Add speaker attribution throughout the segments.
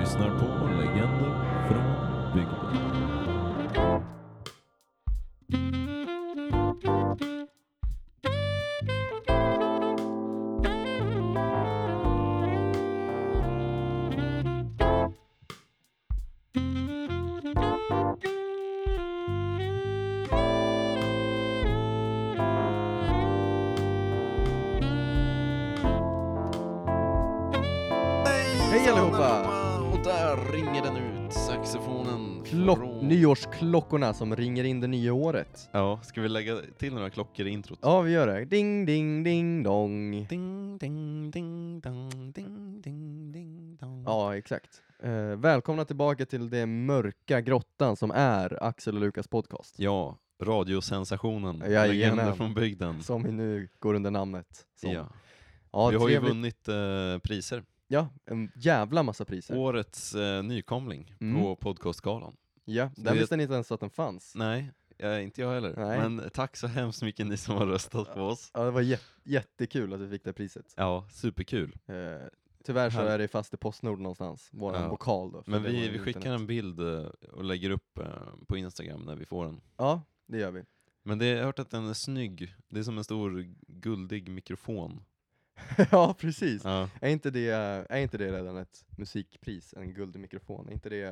Speaker 1: lyssnar på Legender från bygden.
Speaker 2: Hej allihopa!
Speaker 3: Och där ringer den ut, saxofonen
Speaker 2: Klock,
Speaker 3: från...
Speaker 2: nyårsklockorna som ringer in det nya året.
Speaker 3: Ja, ska vi lägga till några klockor i introt?
Speaker 2: Ja, vi gör det. Ding, ding, ding, dong.
Speaker 3: Ding, ding, ding, dong, ding, ding, ding, dong.
Speaker 2: Ja, exakt. Eh, välkomna tillbaka till det mörka grottan som är Axel och Lukas podcast.
Speaker 3: Ja, radiosensationen.
Speaker 2: Jajamän.
Speaker 3: Legender från bygden.
Speaker 2: Som vi nu går under namnet. som.
Speaker 3: Ja.
Speaker 2: ja
Speaker 3: vi har ju
Speaker 2: trevligt.
Speaker 3: vunnit eh, priser.
Speaker 2: Ja, en jävla massa priser.
Speaker 3: Årets eh, nykomling
Speaker 2: Mm.
Speaker 3: på podcastgalan.
Speaker 2: ja,
Speaker 3: så
Speaker 2: den
Speaker 3: det-
Speaker 2: visste ni inte ens att den fanns.
Speaker 3: Nej, eh, inte jag heller.
Speaker 2: Nej.
Speaker 3: Men tack så hemskt mycket ni som har röstat på oss.
Speaker 2: Ja, det var jä- jättekul att vi fick det priset.
Speaker 3: Ja, superkul.
Speaker 2: Eh, tyvärr så
Speaker 3: Här-
Speaker 2: är det fast i Postnord någonstans, våran
Speaker 3: Ja.
Speaker 2: vokal då. för
Speaker 3: Men
Speaker 2: det var
Speaker 3: vi,
Speaker 2: ju
Speaker 3: vi skickar
Speaker 2: internet.
Speaker 3: en bild eh, och lägger upp eh, på Instagram när vi får den.
Speaker 2: Ja, det gör vi.
Speaker 3: Men det, jag har hört att den är snygg. Det är som en stor guldig mikrofon.
Speaker 2: ja, precis.
Speaker 3: Ja.
Speaker 2: Är inte, det, är inte det redan ett musikpris, en guldmikrofon? Är inte det...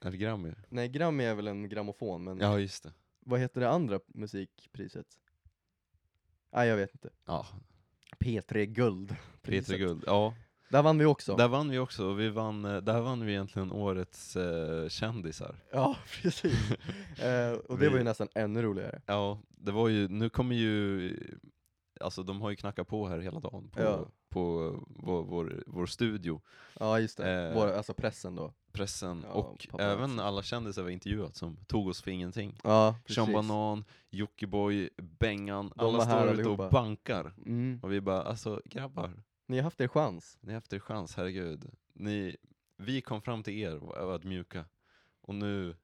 Speaker 3: Är det Grammy?
Speaker 2: Nej, Grammy är väl en grammofon, men
Speaker 3: Ja, just det.
Speaker 2: vad heter det andra musikpriset? Nej, jag vet inte.
Speaker 3: Ja,
Speaker 2: P3 Guld.
Speaker 3: Peter Guld. Ja,
Speaker 2: Där vann vi också.
Speaker 3: där vann vi också. Vi vann, eh, där vann vi egentligen årets eh, kändisar.
Speaker 2: Ja, precis. eh, och det
Speaker 3: Vi-
Speaker 2: var ju nästan ännu roligare.
Speaker 3: Ja, det var ju, nu kommer ju, alltså de har ju knackat på här hela dagen på,
Speaker 2: Ja.
Speaker 3: på vår, vår, vår studio,
Speaker 2: Ja, just det.
Speaker 3: Eh,
Speaker 2: Våra, alltså pressen då.
Speaker 3: pressen
Speaker 2: Ja,
Speaker 3: och
Speaker 2: paparazzi.
Speaker 3: även alla kändisar vi har intervjuat som tog oss för ingenting.
Speaker 2: Ja,
Speaker 3: Sean Banan, Jockiboi, Bengan, alla
Speaker 2: var här
Speaker 3: står ute
Speaker 2: allihopa.
Speaker 3: och bankar.
Speaker 2: Mm.
Speaker 3: Och vi bara, alltså grabbar,
Speaker 2: Ni har haft er chans.
Speaker 3: ni har haft er chans, herregud. Ni, vi kom fram till er och var ödmjuka. Och nu,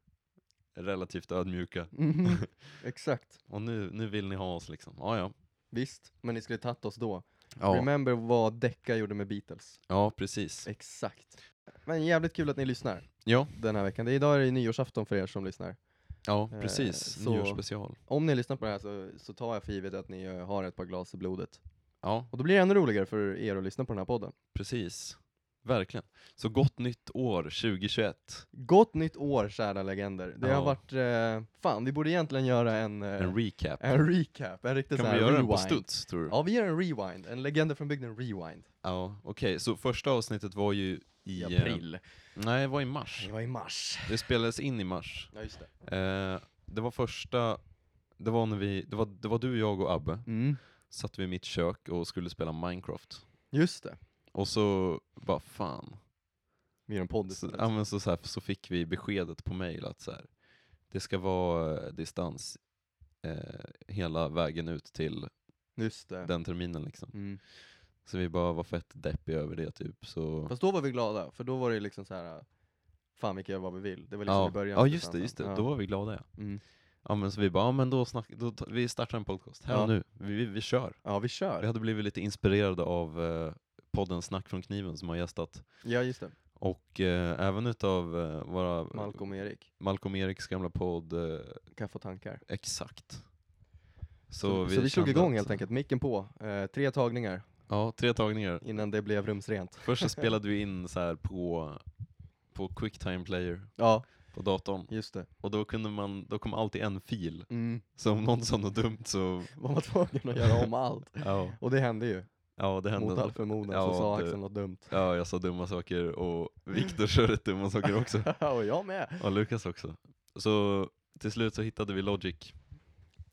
Speaker 3: relativt ödmjuka.
Speaker 2: Mhm. Exakt.
Speaker 3: Och nu, nu vill ni ha oss liksom. Ja, ja.
Speaker 2: Visst, men ni skulle tagit oss då.
Speaker 3: Ja,
Speaker 2: Remember vad Decca gjorde med Beatles.
Speaker 3: ja precis.
Speaker 2: Exakt. Men jävligt kul att ni lyssnar.
Speaker 3: Ja,
Speaker 2: den här veckan. Det är idag är det nyårsafton för er som lyssnar.
Speaker 3: ja
Speaker 2: Eh,
Speaker 3: precis.
Speaker 2: så-
Speaker 3: Nyårsspecial.
Speaker 2: Om ni lyssnar på det här så, så tar jag för givet att ni eh, har ett par glas i blodet.
Speaker 3: Ja,
Speaker 2: Och då blir det ännu roligare för er att lyssna på den här podden.
Speaker 3: precis. Verkligen. Så gott nytt år 2021.
Speaker 2: Gott nytt år kära legender. Det
Speaker 3: Ja.
Speaker 2: har varit, eh, fan vi borde egentligen göra en, eh,
Speaker 3: En recap.
Speaker 2: en recap, en riktig sån
Speaker 3: Kan
Speaker 2: här
Speaker 3: vi göra den
Speaker 2: rewind.
Speaker 3: på studs, tror du?
Speaker 2: Ja vi gör en rewind, en legender från bygden rewind.
Speaker 3: Ja, okej. Så första avsnittet var ju i...
Speaker 2: I
Speaker 3: eh,
Speaker 2: april.
Speaker 3: Nej, det var i mars.
Speaker 2: Det var i mars.
Speaker 3: Det spelades in i mars.
Speaker 2: Ja just det.
Speaker 3: Eh, det var första, det var när vi, det var, det var du, jag och Abbe,
Speaker 2: Mm.
Speaker 3: satt vid mitt kök och skulle spela Minecraft.
Speaker 2: Just det.
Speaker 3: Och så bara fan.
Speaker 2: Vi gör en podd
Speaker 3: Så,
Speaker 2: istället.
Speaker 3: ja, men så, så, här, så fick vi beskedet på mail att så här, det ska vara eh, distans eh, hela vägen ut till
Speaker 2: Just det.
Speaker 3: den terminen liksom.
Speaker 2: Mm.
Speaker 3: Så vi bara var fett deppiga över det typ. Så,
Speaker 2: Fast då var vi glada, för då var det liksom så här. fan vi kan göra vad vi vill. Det var liksom
Speaker 3: ja,
Speaker 2: i början.
Speaker 3: ja
Speaker 2: på
Speaker 3: just det,
Speaker 2: distansen.
Speaker 3: just det.
Speaker 2: Ja.
Speaker 3: Då var vi glada ja.
Speaker 2: Mm.
Speaker 3: ja men så vi bara, ja, men då, snack, då ta- vi startar en podcast här
Speaker 2: Ja.
Speaker 3: och nu. Vi, vi, vi kör.
Speaker 2: Ja, vi kör.
Speaker 3: Vi hade blivit lite inspirerade av eh, podden Snack från kniven som har gästat
Speaker 2: Ja, just det.
Speaker 3: och eh, även utav eh, våra
Speaker 2: Malcolm och Erik.
Speaker 3: Malcolm Eriks gamla podd eh,
Speaker 2: Kaffe och tankar.
Speaker 3: Exakt.
Speaker 2: Så, så vi, slog
Speaker 3: kände
Speaker 2: igång
Speaker 3: att-
Speaker 2: helt enkelt, micken på. Eh, tre tagningar
Speaker 3: Ja, tre tagningar.
Speaker 2: innan det blev rumsrent.
Speaker 3: Först så spelade vi in så här på, på Quicktime Player
Speaker 2: Ja,
Speaker 3: på datorn
Speaker 2: just det.
Speaker 3: och då kunde man, då kom alltid en fil.
Speaker 2: Mm.
Speaker 3: Så om någon sa något dumt så,
Speaker 2: Var man tvungen att göra om allt.
Speaker 3: ja,
Speaker 2: Och det hände ju.
Speaker 3: ja det hände.
Speaker 2: Mot all förmodan så
Speaker 3: Ja,
Speaker 2: sa
Speaker 3: det-
Speaker 2: Axel något dumt.
Speaker 3: Ja, jag sa dumma saker och Viktor sa rätt dumma saker också.
Speaker 2: och jag med.
Speaker 3: Ja, Lukas också. Så till slut så hittade vi Logic.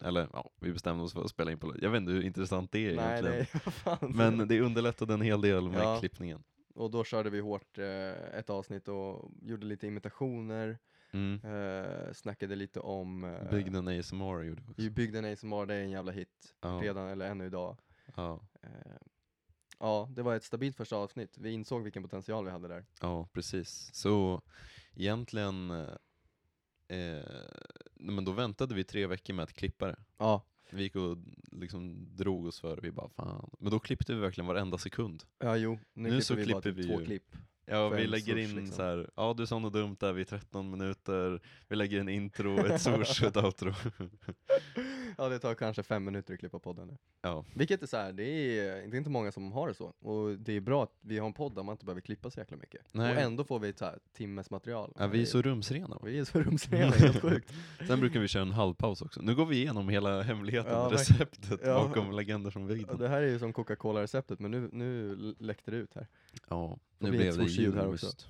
Speaker 3: Eller ja, vi bestämde oss för att spela in på Logic. Jag vet inte hur intressant det är
Speaker 2: Nej,
Speaker 3: egentligen.
Speaker 2: nej, vad fan.
Speaker 3: Men det underlättade en hel del med
Speaker 2: Ja.
Speaker 3: klippningen.
Speaker 2: Och då körde vi hårt eh, ett avsnitt och gjorde lite imitationer,
Speaker 3: Mm.
Speaker 2: eh, snackade lite om eh,
Speaker 3: Bygden ASMR gjorde vi också.
Speaker 2: i Bygden ASMR, det är en jävla hit.
Speaker 3: Ja,
Speaker 2: Redan, eller ännu idag.
Speaker 3: ja,
Speaker 2: Eh, Ja, det var ett stabilt första avsnitt. Vi insåg vilken potential vi hade där.
Speaker 3: ja, precis. Så egentligen, eh, eh, nej, men då väntade vi tre veckor med att klippa det.
Speaker 2: Ja,
Speaker 3: Vi gick och liksom drog oss för det, vi bara fan. Men då klippte vi verkligen varenda sekund.
Speaker 2: ja jo. Nu,
Speaker 3: Nu
Speaker 2: klipper
Speaker 3: så
Speaker 2: vi bara
Speaker 3: klipper
Speaker 2: typ
Speaker 3: vi
Speaker 2: två
Speaker 3: ju-
Speaker 2: klipp.
Speaker 3: Ja,
Speaker 2: för
Speaker 3: vi
Speaker 2: en
Speaker 3: lägger
Speaker 2: swoosh,
Speaker 3: in
Speaker 2: liksom.
Speaker 3: så här, ja du sa något dumt där vid 13 minuter, vi lägger en intro, ett swoosh och ett outro.
Speaker 2: Ja det tar kanske fem minuter att klippa podden nu.
Speaker 3: Ja.
Speaker 2: Vilket är så här, det är, det är inte många som har det så. Och det är bra att vi har en podd där man inte behöver klippa så jäkla mycket.
Speaker 3: Nej.
Speaker 2: Och ändå får vi ett så här timmes material.
Speaker 3: Ja, vi är så rumsrena. va?
Speaker 2: vi är så rumsrena, helt sjukt.
Speaker 3: Sen brukar vi köra en halvpaus också. Nu går vi igenom hela hemligheten,
Speaker 2: Ja, verkligen.
Speaker 3: receptet
Speaker 2: Ja.
Speaker 3: bakom Legender från
Speaker 2: Ja,
Speaker 3: Vigden.
Speaker 2: Det här är ju som Coca-Cola-receptet men nu, nu läckte det ut här.
Speaker 3: Ja,
Speaker 2: Det
Speaker 3: nu
Speaker 2: blir ett
Speaker 3: blev det
Speaker 2: swoosh-ljud här också.
Speaker 3: julmust.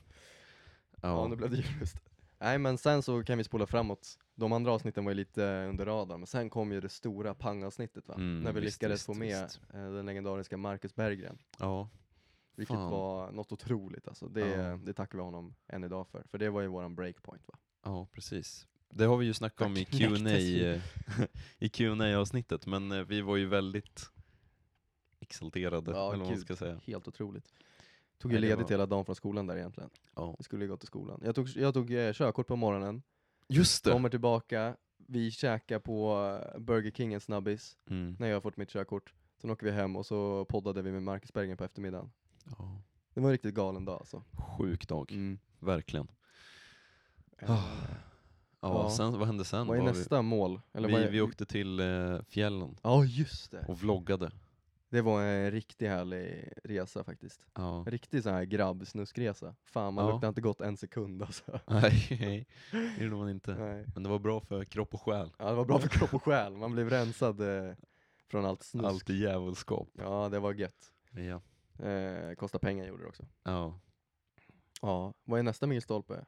Speaker 2: Ja,
Speaker 3: Ja,
Speaker 2: nu blev det julmust. Nej men sen så kan vi spola framåt. De andra avsnitten var ju lite eh, under radarn, men sen kom ju det stora pangavsnittet va?
Speaker 3: Mm,
Speaker 2: När vi
Speaker 3: visst,
Speaker 2: lyckades
Speaker 3: visst,
Speaker 2: få med
Speaker 3: visst.
Speaker 2: eh, den legendariska Marcus Berggren.
Speaker 3: ja.
Speaker 2: Vilket
Speaker 3: Fan.
Speaker 2: var något otroligt alltså. Det,
Speaker 3: Ja.
Speaker 2: det tackar vi honom än idag för. För det var ju våran breakpoint va?
Speaker 3: ja, precis. Det har vi ju snackat om i
Speaker 2: Där knäcktes
Speaker 3: Q&A
Speaker 2: vi.
Speaker 3: eh, i Q&A avsnittet men eh, vi var ju väldigt exalterade, eller vad man
Speaker 2: gud,
Speaker 3: ska säga.
Speaker 2: Helt otroligt. Tog ju
Speaker 3: Nej, det
Speaker 2: ledigt
Speaker 3: var-
Speaker 2: hela dagen från skolan där egentligen.
Speaker 3: Ja.
Speaker 2: Vi skulle ju gå till skolan. Jag tog, jag tog eh, körkort på morgonen,
Speaker 3: Just det!
Speaker 2: kommer tillbaka, vi käkar på eh, Burger King en snabbis
Speaker 3: Mm.
Speaker 2: när jag har fått mitt körkort. Sen åker vi hem och så poddade vi med Marcus Berggren på eftermiddagen.
Speaker 3: Ja.
Speaker 2: Det var en riktigt galen dag alltså.
Speaker 3: Sjuk dag, ververkligen. Ah.
Speaker 2: Eh,
Speaker 3: Ja,
Speaker 2: Ja.
Speaker 3: Sen, vad hände sen?
Speaker 2: vad är
Speaker 3: Var
Speaker 2: nästa mål? Eller
Speaker 3: Vi,
Speaker 2: vad
Speaker 3: vi,
Speaker 2: är...
Speaker 3: vi åkte till eh, fjällen
Speaker 2: Ja just det.
Speaker 3: och vloggade.
Speaker 2: Det var en riktigt härlig resa faktiskt.
Speaker 3: Ja.
Speaker 2: Riktig sån här grabbsnuskresa. Fan man
Speaker 3: Ja.
Speaker 2: luktar inte gott en sekund alltså.
Speaker 3: Nej, nej, det gjorde man inte.
Speaker 2: Nej.
Speaker 3: Men det var bra för kropp och själ.
Speaker 2: Ja, det var bra för kropp och själ, man blev rensad eh, från allt snusk.
Speaker 3: Allt i djävulskap.
Speaker 2: Ja det var gött.
Speaker 3: Ja.
Speaker 2: Eh, kosta pengar gjorde det också.
Speaker 3: ja.
Speaker 2: Ja, vad är nästa milstolpe?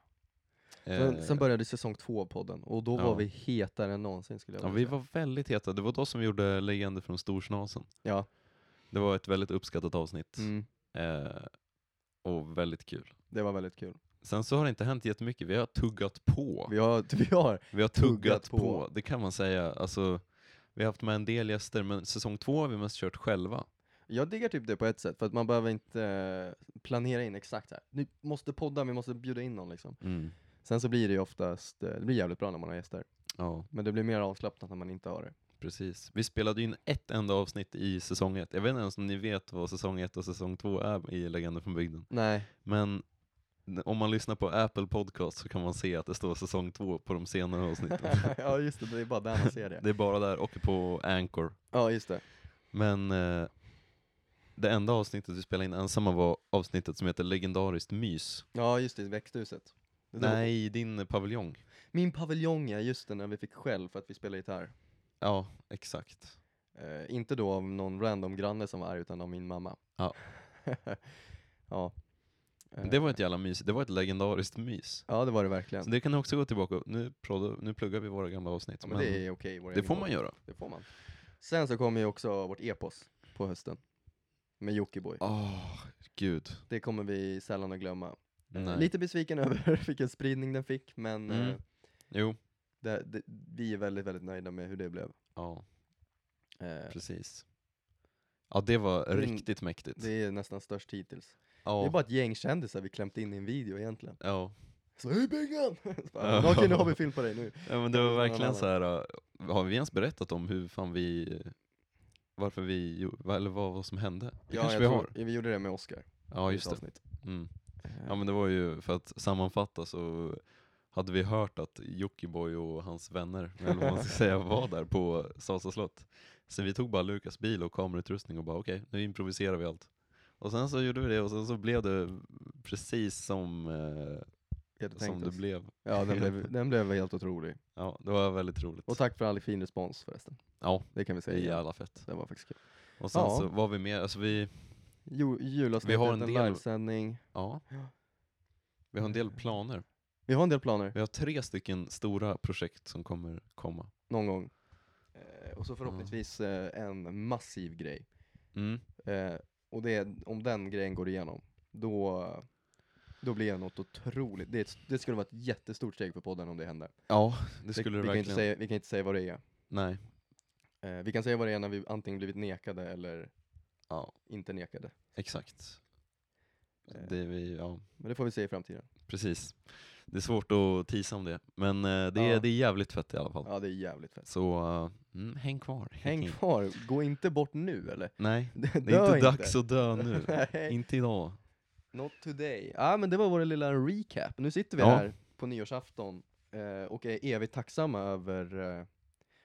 Speaker 3: Eh,
Speaker 2: Men sen började säsong två av podden och då var
Speaker 3: ja.
Speaker 2: vi hetare än någonsin skulle jag
Speaker 3: ja,
Speaker 2: vilja
Speaker 3: vi
Speaker 2: säga.
Speaker 3: var väldigt heta. Det var då som vi gjorde Legender från Storsnasen.
Speaker 2: Ja.
Speaker 3: Det var ett väldigt uppskattat avsnitt.
Speaker 2: Mm,
Speaker 3: Eh, och väldigt kul.
Speaker 2: det var väldigt kul.
Speaker 3: Sen så har det inte hänt jättemycket. Vi har tuggat på.
Speaker 2: Vi har, vi har
Speaker 3: Vi har
Speaker 2: Tuggat
Speaker 3: tuggat, på.
Speaker 2: på.
Speaker 3: det kan man säga. Alltså, vi har haft med en del gäster, men säsong två har vi mest kört själva.
Speaker 2: jag diggar typ det på ett sätt, för att man behöver inte eh, planera in exakt så här. Nu måste podda, vi måste bjuda in någon liksom. Sen så blir det ju oftast, eh, det blir jävligt bra när man har gäster.
Speaker 3: Ja,
Speaker 2: Men det blir mer avslappnat när man inte har det.
Speaker 3: precis. Vi spelade in ett enda avsnitt i säsong ett. Jag vet inte ens om ni vet vad säsong ett och säsong två är i Legender från bygden.
Speaker 2: Nej.
Speaker 3: Men n- om man lyssnar på Apple Podcast så kan man se att det står säsong två på de senare avsnitten.
Speaker 2: ja just det, det är bara där man ser det.
Speaker 3: det är bara där och på Anchor.
Speaker 2: Ja just det.
Speaker 3: Men eh, det enda avsnittet vi spelade in ensamma var avsnittet som heter Legendariskt mys.
Speaker 2: Ja just det, växthuset. Det där var-
Speaker 3: Nej, din paviljong.
Speaker 2: Min paviljong ja, just det, när vi fick skäll för att vi spelade gitarr.
Speaker 3: Ja, exakt.
Speaker 2: Eh, inte då av någon random granne som var arg, utan av min mamma.
Speaker 3: Ja.
Speaker 2: ja. Eh,
Speaker 3: Det var ett jävla mys. Det var ett legendariskt mys.
Speaker 2: Ja det var det verkligen.
Speaker 3: Så det kan ni också gå tillbaka och- nu, proddar- nu pluggar vi våra gamla avsnitt.
Speaker 2: Ja,
Speaker 3: men
Speaker 2: men det är okej. vår
Speaker 3: det
Speaker 2: egen
Speaker 3: får
Speaker 2: podd.
Speaker 3: man göra.
Speaker 2: Det får man. Sen så kommer ju också vårt epos på hösten. Med Jockiboi.
Speaker 3: Åh, gud.
Speaker 2: Det kommer vi sällan att glömma. Eh,
Speaker 3: Nej.
Speaker 2: Lite besviken över vilken spridning den fick, men
Speaker 3: Mm.
Speaker 2: eh,
Speaker 3: Jo,
Speaker 2: det, det, vi är väldigt, väldigt nöjda med hur det blev.
Speaker 3: ja,
Speaker 2: Eh,
Speaker 3: precis. Ja, det var
Speaker 2: Det-
Speaker 3: riktigt mäktigt.
Speaker 2: Mm. det är nästan störst hittills. Det
Speaker 3: ja,
Speaker 2: är bara ett gäng kändisar vi klämt in i en video egentligen.
Speaker 3: ja.
Speaker 2: Så hej Bengan! Så bara,
Speaker 3: Ja.
Speaker 2: Okej nu har vi film på dig nu.
Speaker 3: ja, men det var
Speaker 2: någon
Speaker 3: verkligen
Speaker 2: annan.
Speaker 3: så här. äh, har vi ens berättat om hur fan vi, varför vi, gjorde- va- eller vad, vad som hände? Det kanske
Speaker 2: jag
Speaker 3: vi
Speaker 2: tror-
Speaker 3: har.
Speaker 2: ja, vi gjorde det med Oscar. Eh,
Speaker 3: Ja, just det. Mm. Ja men det var ju, för att sammanfatta så hade vi hört att Jockiboi och hans vänner, eller vad man ska säga, var där på Sasa slott. Sen vi tog bara Lukas bil och kamerautrustning och bara okej, nu improviserar vi allt. Och sen så gjorde vi det och sen så blev det precis som, eh, som det
Speaker 2: blev.
Speaker 3: blev.
Speaker 2: Ja, den blev, den blev helt otrolig.
Speaker 3: Ja, det var väldigt roligt.
Speaker 2: Och tack för all fin respons förresten.
Speaker 3: Ja,
Speaker 2: Det kan vi
Speaker 3: det
Speaker 2: säga.
Speaker 3: är
Speaker 2: igen.
Speaker 3: jävla fett.
Speaker 2: Det var faktiskt kul.
Speaker 3: Och sen
Speaker 2: Ja.
Speaker 3: så var vi med, alltså vi,
Speaker 2: Ju- Julavsnittet,
Speaker 3: Vi har
Speaker 2: en,
Speaker 3: en
Speaker 2: en
Speaker 3: del-
Speaker 2: livesändning.
Speaker 3: ja. Vi har en del planer.
Speaker 2: Vi har en del planer,
Speaker 3: Vi har tre stycken stora projekt som kommer komma.
Speaker 2: någon gång. Eh, och så förhoppningsvis eh, en massiv grej.
Speaker 3: Mm.
Speaker 2: Eh, och det är, om den grejen går igenom, då, då blir det något otroligt. Det, är ett- det skulle vara ett jättestort steg för podden om det hände.
Speaker 3: Ja, det skulle det,
Speaker 2: vi, kan
Speaker 3: verkligen.
Speaker 2: inte säga, vi kan inte säga vad det är.
Speaker 3: Nej.
Speaker 2: Eh, vi kan säga vad det är när vi antingen blivit nekade eller
Speaker 3: Ja.
Speaker 2: inte nekade.
Speaker 3: Exakt.
Speaker 2: Eh.
Speaker 3: Det vi, ja,
Speaker 2: Men det får vi se i framtiden.
Speaker 3: precis. Det är svårt att tisa om det, men eh, det, är,
Speaker 2: Ja.
Speaker 3: det är jävligt fett i alla fall.
Speaker 2: Ja, det är jävligt fett.
Speaker 3: Så eh, mm, häng kvar.
Speaker 2: Häng kvar, gå inte bort nu eller?
Speaker 3: Nej,
Speaker 2: Dö
Speaker 3: det är inte dags att dö nu.
Speaker 2: Nej.
Speaker 3: inte idag.
Speaker 2: Not today. Ja, ah, men det var vår lilla recap. Nu sitter vi
Speaker 3: Ja.
Speaker 2: här på nyårsafton eh, och är evigt tacksamma över eh,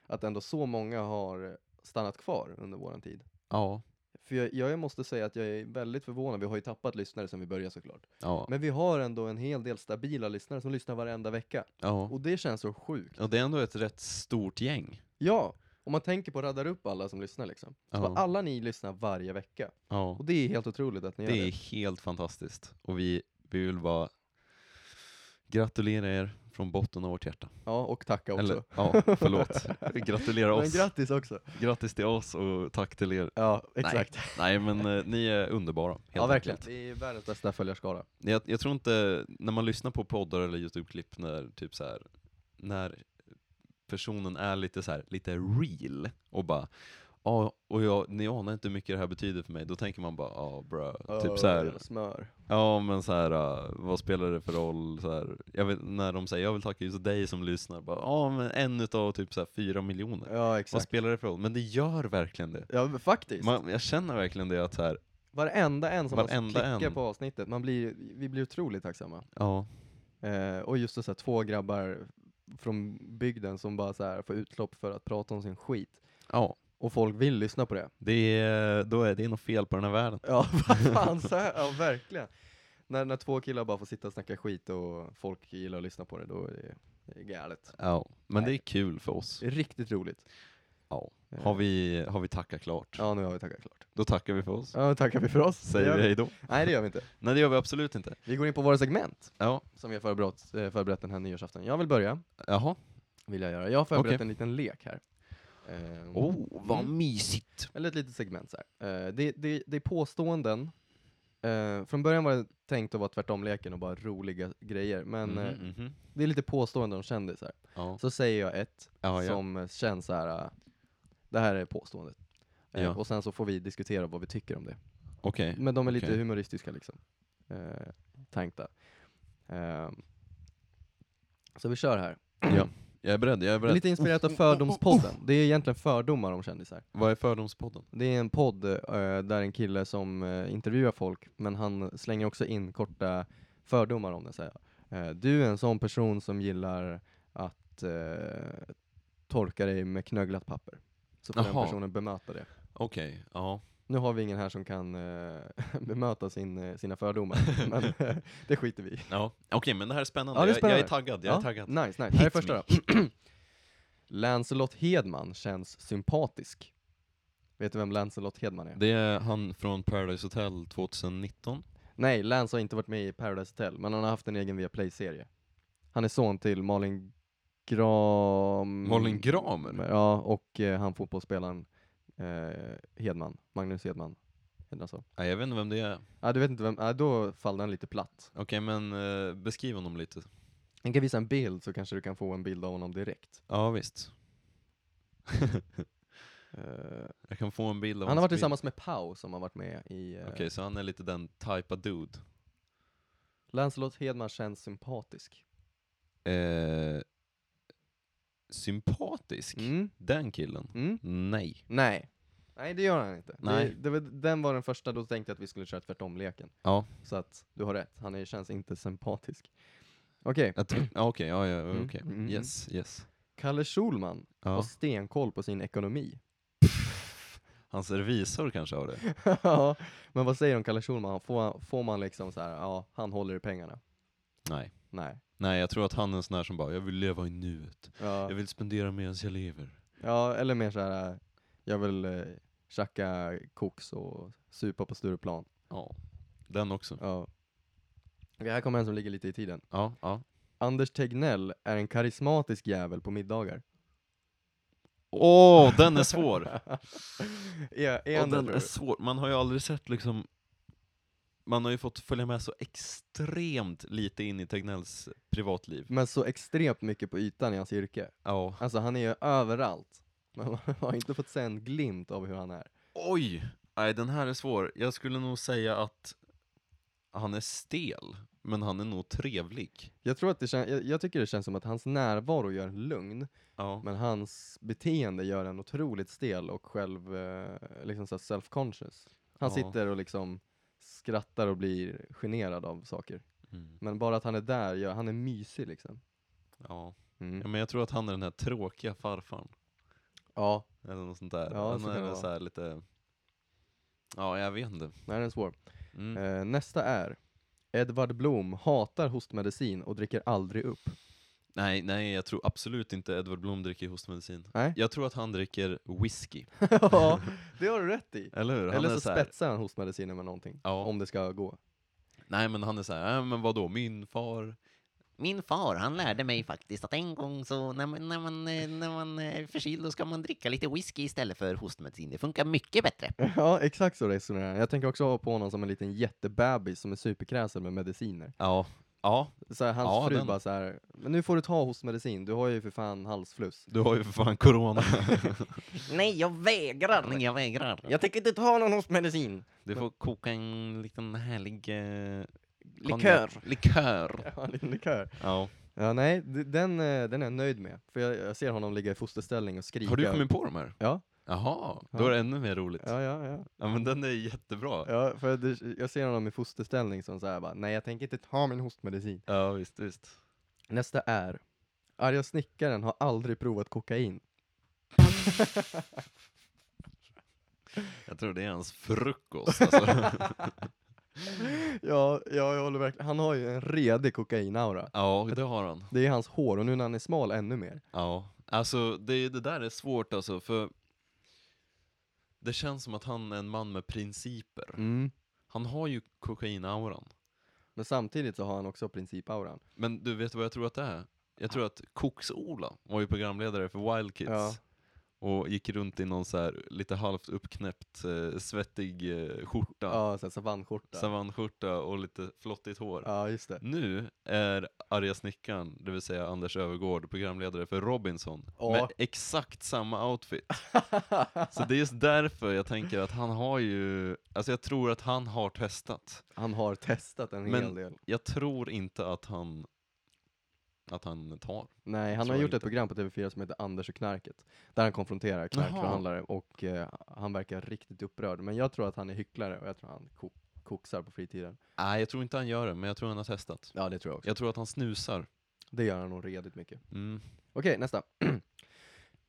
Speaker 2: att ändå så många har stannat kvar under våran tid.
Speaker 3: Ja.
Speaker 2: För jag, jag måste säga att jag är väldigt förvånad. Vi har ju tappat lyssnare sedan vi började såklart.
Speaker 3: Ja.
Speaker 2: Men vi har ändå en hel del stabila lyssnare som lyssnar varenda vecka.
Speaker 3: ja.
Speaker 2: Och det känns så sjukt.
Speaker 3: Och det är ändå ett rätt stort gäng.
Speaker 2: Ja, om man tänker på att radda upp alla som lyssnar liksom. Så
Speaker 3: Ja.
Speaker 2: bara, alla ni lyssnar varje vecka.
Speaker 3: Ja.
Speaker 2: Och det är helt otroligt att ni
Speaker 3: Det är
Speaker 2: gör det.
Speaker 3: helt fantastiskt. Och vi, vi vill bara gratulera er från botten av vårt hjärta.
Speaker 2: Ja, och tacka också.
Speaker 3: Eller, ja, förlåt. Gratulera
Speaker 2: Men
Speaker 3: oss.
Speaker 2: grattis också.
Speaker 3: Grattis till oss och tack till er.
Speaker 2: Ja, exakt.
Speaker 3: Nej, men eh, ni är underbara. Helt
Speaker 2: ja, verkligen.
Speaker 3: enkelt.
Speaker 2: Det är världens bästa följarskara.
Speaker 3: Jag, jag tror inte, när man lyssnar på poddar eller YouTube-klipp, när, typ så här, när personen är lite så här, lite real och bara Ja, och jag, ni anar inte hur mycket det här betyder för mig. Då tänker man bara, ja bro, typ så här,
Speaker 2: Öh, Smör.
Speaker 3: Ja men så här, eh, vad spelar det för roll? Så här, jag vet, när de säger jag vill tacka just dig som lyssnar, bara, ja men en utav typ så här, fyra miljoner.
Speaker 2: Ja,
Speaker 3: vad
Speaker 2: exakt.
Speaker 3: spelar det för roll? Men det gör verkligen det.
Speaker 2: Ja, men faktiskt.
Speaker 3: Man, jag känner verkligen det att så här,
Speaker 2: Varenda en som har
Speaker 3: Varenda
Speaker 2: klickar
Speaker 3: en.
Speaker 2: på avsnittet, man blir, vi blir otroligt tacksamma.
Speaker 3: ja,
Speaker 2: Eh, och just det, så här, två grabbar från bygden som bara så här, får utlopp för att prata om sin skit.
Speaker 3: ja
Speaker 2: Och folk vill lyssna på det.
Speaker 3: det är, då är det något fel på den här världen.
Speaker 2: Ja, vad fan, så här, ja verkligen. När, när två killar bara får sitta och snacka skit och folk gillar att lyssna på det, då är det, det är galet.
Speaker 3: Ja, men
Speaker 2: Nej.
Speaker 3: det är kul för oss.
Speaker 2: Det är riktigt roligt.
Speaker 3: Ja.
Speaker 2: Eh,
Speaker 3: Har vi, har vi tackat klart?
Speaker 2: Ja, nu har vi tackat klart.
Speaker 3: Då tackar vi för oss.
Speaker 2: Ja, tackar vi för oss. Det
Speaker 3: Säger
Speaker 2: gör
Speaker 3: vi hejdå?
Speaker 2: Nej, det gör vi inte.
Speaker 3: Nej det gör vi absolut inte.
Speaker 2: Vi går in på våra segment
Speaker 3: Ja,
Speaker 2: som vi har förberett, eh, förberett den här nyårsafton. Jag vill börja,
Speaker 3: jaha.
Speaker 2: vill jag göra. Jag har förberett
Speaker 3: Okej.
Speaker 2: en liten lek här. Eh,
Speaker 3: Oh, vad
Speaker 2: Mm.
Speaker 3: mysigt.
Speaker 2: Eller ett litet segment så här. Eh, det, det, det är påståenden. Eh, från början var det tänkt att vara tvärtomleken och bara roliga grejer, men eh,
Speaker 3: Mhm, mhm.
Speaker 2: det är lite påståenden om kändisar.
Speaker 3: Ja.
Speaker 2: Så säger jag ett,
Speaker 3: Ja, ja.
Speaker 2: som eh, känns så här. eh, det här är påståendet. Eh,
Speaker 3: Ja.
Speaker 2: Och sen så får vi diskutera vad vi tycker om det.
Speaker 3: Okej.
Speaker 2: Men de är lite
Speaker 3: okej.
Speaker 2: humoristiska liksom. Eh, tänkta. Ehm, så vi kör här.
Speaker 3: Ja. Jag är beredd, jag är beredd.
Speaker 2: Lite inspirerat av Fördomspodden. Det är egentligen fördomar om kändisar.
Speaker 3: Vad är Fördomspodden?
Speaker 2: Det är en podd eh, där en kille som eh, intervjuar folk, men han slänger också in korta fördomar om det. Så här. Eh, du är en sån person som gillar att eh, torka dig med knögglat papper. Så får den
Speaker 3: Jaha.
Speaker 2: personen bemöta det.
Speaker 3: Okej, ja.
Speaker 2: Nu har vi ingen här som kan eh, bemöta sin, eh, sina fördomar, men eh, det skiter vi i.
Speaker 3: ja. Okej, men det här är spännande.
Speaker 2: Ja, det är
Speaker 3: Jag, jag
Speaker 2: spännande.
Speaker 3: är taggad, jag
Speaker 2: Ja,
Speaker 3: är taggad.
Speaker 2: Nice, nice. Här är
Speaker 3: Hit
Speaker 2: första
Speaker 3: me.
Speaker 2: då. Lancelot Hedman känns sympatisk. Vet du vem Lancelot Hedman är?
Speaker 3: Det är han från Paradise Hotel 2019.
Speaker 2: Nej, Lance har inte varit med i Paradise Hotel, men han har haft en egen Viaplay-serie. Han är son till Malin Gram...
Speaker 3: Malin Gramer?
Speaker 2: Ja, och eh, han fotbollsspelaren eh, Hedman, Magnus Hedman. Heter han så?
Speaker 3: Nej, jag vet inte vem det är.
Speaker 2: Ja, du vet inte vem, ja, då faller den lite platt.
Speaker 3: Okej, men eh, beskriv honom lite.
Speaker 2: Jag kan visa en bild så kanske du kan få en bild av honom direkt.
Speaker 3: Ja, visst.
Speaker 2: Eh,
Speaker 3: jag kan få en bild av
Speaker 2: han
Speaker 3: hans
Speaker 2: har varit
Speaker 3: bild.
Speaker 2: tillsammans med Pau som har varit med i... Eh,
Speaker 3: Okej, så han är lite den type av dude.
Speaker 2: Lancelot Hedman känns sympatisk.
Speaker 3: Eh, sympatisk?
Speaker 2: Mm,
Speaker 3: Den killen?
Speaker 2: mm.
Speaker 3: Nej.
Speaker 2: Nej. Nej, det gör han inte.
Speaker 3: Nej.
Speaker 2: Det, det, var- den var den första, då tänkte jag att vi skulle köra tvärtom-leken.
Speaker 3: Ja.
Speaker 2: Så att du har rätt, han är, känns inte sympatisk. Okej,
Speaker 3: Jag tror- ja, Okej, ja, ja, okej.
Speaker 2: Mm, mm, mm.
Speaker 3: Yes, yes.
Speaker 2: Kalle Schulman har
Speaker 3: Ja.
Speaker 2: stenkoll på sin ekonomi.
Speaker 3: Hans revisor kanske har det.
Speaker 2: Ja, Men vad säger du om Kalle Schulman? Får, han- får man liksom så här, ja, han håller i pengarna?
Speaker 3: Nej.
Speaker 2: Nej.
Speaker 3: Nej, jag tror att han är en sån här som bara, jag vill leva i nuet.
Speaker 2: Ja,
Speaker 3: Jag vill spendera medan jag lever.
Speaker 2: ja eller mer så här, äh, jag vill eh, tjacka koks och supa på Stureplan.
Speaker 3: Ja. Den också.
Speaker 2: Ja. Okej, här kommer en som ligger lite i tiden.
Speaker 3: Ja, ja.
Speaker 2: Anders Tegnell är en karismatisk jävel på middagar.
Speaker 3: Åh, den är svår!
Speaker 2: är, är
Speaker 3: Och
Speaker 2: han det,
Speaker 3: den
Speaker 2: tror
Speaker 3: är
Speaker 2: du?
Speaker 3: svår. Man har ju aldrig sett liksom man har ju fått följa med så extremt lite in i Tegnells privatliv.
Speaker 2: Men så extremt mycket på ytan i hans yrke.
Speaker 3: Ja.
Speaker 2: Alltså han är ju överallt. Men man har inte fått se en glimt av hur han är.
Speaker 3: Oj! Nej, den här är svår. Jag skulle nog säga att han är stel, men han är nog trevlig.
Speaker 2: Jag, tror att det kän- jag, jag tycker det känns som att hans närvaro gör en lugn,
Speaker 3: Ja.
Speaker 2: men hans beteende gör en otroligt stel och själv, eh, liksom så här self-conscious. Han
Speaker 3: Ja.
Speaker 2: sitter och liksom skrattar och blir generad av saker.
Speaker 3: Mm.
Speaker 2: Men bara att han är där, gör, han är mysig liksom.
Speaker 3: Ja.
Speaker 2: Mm.
Speaker 3: ja, men jag tror att han är den här tråkiga farfarn.
Speaker 2: Ja,
Speaker 3: Eller något sånt där.
Speaker 2: Ja,
Speaker 3: han
Speaker 2: så kan det
Speaker 3: är
Speaker 2: vara.
Speaker 3: så här lite... Ja, jag vet inte.
Speaker 2: nej, den är svår.
Speaker 3: Mm.
Speaker 2: Eh, nästa är Edvard Blom hatar hostmedicin och dricker aldrig upp.
Speaker 3: Nej, nej, jag tror absolut inte Edward Blom dricker hostmedicin.
Speaker 2: Nej.
Speaker 3: Jag tror att han dricker whisky.
Speaker 2: ja, det har du rätt i.
Speaker 3: Eller hur? Han
Speaker 2: Eller
Speaker 3: är
Speaker 2: så
Speaker 3: så här-
Speaker 2: spetsar han hostmedicinen med någonting.
Speaker 3: Ja.
Speaker 2: Om det ska gå.
Speaker 3: Nej men han är så här, "Äh, men vadå, min far?
Speaker 4: Min far, han lärde mig faktiskt att en gång så, när man, när man, eh, när man är förkyld, då ska man dricka lite whisky istället för hostmedicin. Det funkar mycket bättre.
Speaker 2: Ja, exakt så resonerar han. Jag tänker också på honom som en liten jättebebis som är superkräsen med mediciner.
Speaker 3: Ja. Ja,
Speaker 2: Så här, hans
Speaker 3: Ja,
Speaker 2: fru
Speaker 3: den.
Speaker 2: bara så här, men nu får du ta hostmedicin, du har ju för fan halsfluss.
Speaker 3: du har ju för fan corona.
Speaker 4: Nej, jag vägrar! Nej, jag vägrar. Jag tänker inte ta någon hostmedicin.
Speaker 3: Du får koka en liten härlig... Eh,
Speaker 4: Likör.
Speaker 3: konjak- Likör.
Speaker 2: Ja, en liten likör.
Speaker 3: Ja.
Speaker 2: Ja, nej, d- den, eh, den är jag nöjd med. För jag, jag ser honom ligga i fosterställning och skrika.
Speaker 3: Har du kommit på de här?
Speaker 2: Ja.
Speaker 3: Jaha, då
Speaker 2: Ja.
Speaker 3: är det ännu mer roligt. Ja,
Speaker 2: Ja, ja, ja.
Speaker 3: men den är jättebra. Ja,
Speaker 2: ja för det, jag ser honom i fosterställning som så här bara, nej jag tänker inte ta min hostmedicin.
Speaker 3: visst, visst.
Speaker 2: Nästa är, arga snickaren har aldrig provat kokain.
Speaker 3: Jag tror det är hans frukost alltså.
Speaker 2: Ja, ja, jag håller verkligen. Han har ju en redig kokainaura.
Speaker 3: Ja, det har han.
Speaker 2: Det är hans hår och nu när han är smal ännu mer.
Speaker 3: Ja, alltså det, det där är svårt alltså för det känns som att han är en man med principer. Han har ju kokainauran.
Speaker 2: Men samtidigt så har han också principauran.
Speaker 3: Men du, vet du vad jag tror att det är? Jag tror att Koks-Ola var ju programledare för Wild Kids.
Speaker 2: Ja.
Speaker 3: Och gick runt i någon så här lite halvt uppknäppt, eh, svettig eh, skjorta.
Speaker 2: Ja, så här savannskjorta.
Speaker 3: Savannskjorta och lite flottigt hår.
Speaker 2: Ja, just det.
Speaker 3: Nu är arga snickaren, det vill säga Anders Övergård, programledare för Robinson
Speaker 2: Ja.
Speaker 3: med exakt samma outfit. Så det är just därför jag tänker att han har ju, alltså jag tror att han har testat.
Speaker 2: Han har testat en
Speaker 3: Men-
Speaker 2: hel del.
Speaker 3: Jag tror inte att han, att han tar.
Speaker 2: Nej, han
Speaker 3: Så
Speaker 2: har
Speaker 3: är
Speaker 2: gjort
Speaker 3: det
Speaker 2: ett
Speaker 3: inte.
Speaker 2: program på TV4 som heter Anders och knarket. Där han konfronterar knarkförhandlare och eh, han verkar riktigt upprörd. Men jag tror att han är hycklare och jag tror han ko- koksar på fritiden.
Speaker 3: Nej, jag tror inte han gör det, men jag tror han har testat.
Speaker 2: Ja, det tror också.
Speaker 3: Jag tror att han snusar.
Speaker 2: Det gör han nog redigt mycket.
Speaker 3: Mm.
Speaker 2: Okej, nästa.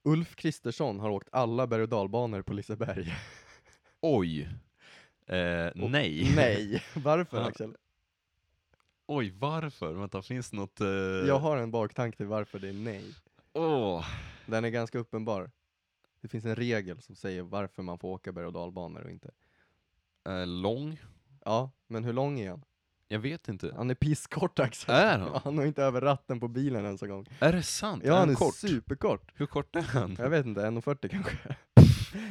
Speaker 2: Ulf Kristersson har åkt alla berg och dalbanor på Liseberg.
Speaker 3: Oj! Eh,
Speaker 2: Och-
Speaker 3: nej.
Speaker 2: Nej, varför
Speaker 3: Ja.
Speaker 2: Axel?
Speaker 3: Oj, varför? Vänta, finns det något... Eh...
Speaker 2: Jag har en baktanke till varför det är nej.
Speaker 3: Åh.
Speaker 2: Den är ganska uppenbar. Det finns en regel som säger varför man får åka berg och dalbanor och inte.
Speaker 3: Eh, lång?
Speaker 2: Ja, men hur lång är han?
Speaker 3: Jag vet inte.
Speaker 2: Han är pisskort Axel.
Speaker 3: Är
Speaker 2: Ja,
Speaker 3: han?
Speaker 2: Han har inte över ratten på bilen ens en gång.
Speaker 3: Är det sant?
Speaker 2: Ja, han är
Speaker 3: kort?
Speaker 2: superkort.
Speaker 3: Hur kort är han?
Speaker 2: Jag vet inte, 1,40 kanske.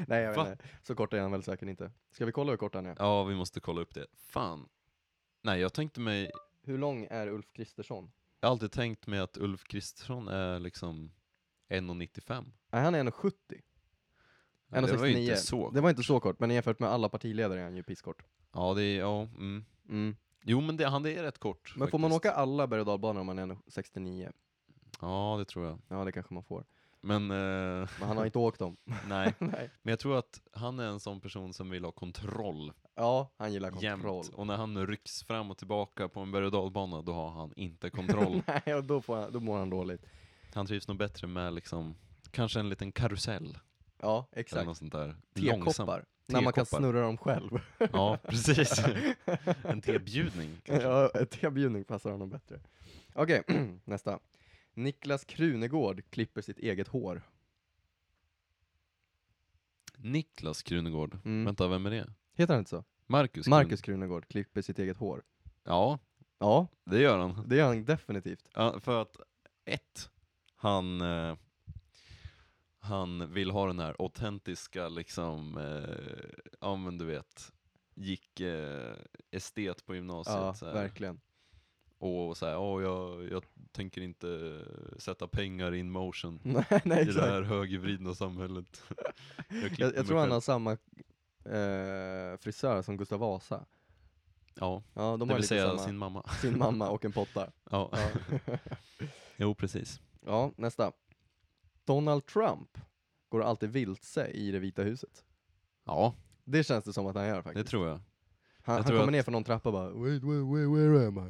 Speaker 2: Nej, jag vet
Speaker 3: Va?
Speaker 2: inte. Så kort är han väl säkert inte. Ska vi kolla hur kort han är?
Speaker 3: Ja, vi måste kolla upp det. Fan. Nej, jag tänkte mig...
Speaker 2: Hur lång är Ulf Kristersson?
Speaker 3: Jag har alltid tänkt mig att Ulf Kristersson är liksom 1,95.
Speaker 2: Nej, han är 1,70.
Speaker 3: Ja, Det var ju
Speaker 2: 1,69.
Speaker 3: inte så.
Speaker 2: Det var inte så kort, men jämfört med alla partiledare är han ju pisskort.
Speaker 3: Ja, det är... Ja, mm.
Speaker 2: Mm.
Speaker 3: Jo, men det, han det är rätt kort.
Speaker 2: Men får man
Speaker 3: faktiskt.
Speaker 2: åka alla berg och dalbanor om man är 69?
Speaker 3: Ja, det tror jag.
Speaker 2: Ja, det kanske man får.
Speaker 3: Men, eh,
Speaker 2: Men han har inte åkt dem.
Speaker 3: nej.
Speaker 2: Nej.
Speaker 3: Men jag tror att han är en sån person som vill ha kontroll,
Speaker 2: Ja, han gillar kontroll.
Speaker 3: jämt. Och när han rycks fram och tillbaka på en berg och dalbana, då har han inte kontroll.
Speaker 2: Nej, och då, får han, då mår han dåligt.
Speaker 3: han trivs nog bättre med liksom, kanske en liten karusell.
Speaker 2: Ja,
Speaker 3: Eller
Speaker 2: exakt.
Speaker 3: något sånt där. Långsam.
Speaker 2: Tekoppar. När man kan
Speaker 3: Tekoppar.
Speaker 2: snurra dem själv.
Speaker 3: Ja, precis. En tebjudning. kanske.
Speaker 2: ja, en tebjudning passar honom bättre. Okej, nästa. Niklas Krunegård klipper sitt eget hår.
Speaker 3: Niklas Krunegård.
Speaker 2: Mm.
Speaker 3: Vänta, vem är det?
Speaker 2: Heter han inte så?
Speaker 3: Marcus? Krun-
Speaker 2: Marcus Krunegård klipper sitt eget hår.
Speaker 3: Ja,
Speaker 2: Ja,
Speaker 3: det gör han.
Speaker 2: det gör han definitivt.
Speaker 3: Ja, för att, ett, han, eh, han vill ha den här autentiska, liksom, eh, ja men du vet, gick eh, estet på gymnasiet.
Speaker 2: Ja,
Speaker 3: så här.
Speaker 2: verkligen.
Speaker 3: och så här, "Åh, jag, jag tänker inte sätta pengar in motion
Speaker 2: Nej, nej
Speaker 3: i det
Speaker 2: exakt.
Speaker 3: här högervridna samhället. jag,
Speaker 2: Jag,
Speaker 3: klipper mig
Speaker 2: jag tror han
Speaker 3: själv.
Speaker 2: har samma eh, frisör som Gustav Vasa.
Speaker 3: Ja,
Speaker 2: Ja, de
Speaker 3: det
Speaker 2: har
Speaker 3: vill
Speaker 2: lite
Speaker 3: säga
Speaker 2: samma,
Speaker 3: sin mamma.
Speaker 2: sin mamma och en potta.
Speaker 3: Ja.
Speaker 2: Ja.
Speaker 3: Jo, precis.
Speaker 2: ja, nästa. Donald Trump går alltid vilse i det vita huset.
Speaker 3: Ja,
Speaker 2: Det känns det som att han gör
Speaker 3: det
Speaker 2: faktiskt.
Speaker 3: tror jag.
Speaker 2: Han,
Speaker 3: Jag
Speaker 2: han
Speaker 3: tror
Speaker 2: kommer
Speaker 3: att-
Speaker 2: ner från någon trappa och bara wait, wait, wait, where am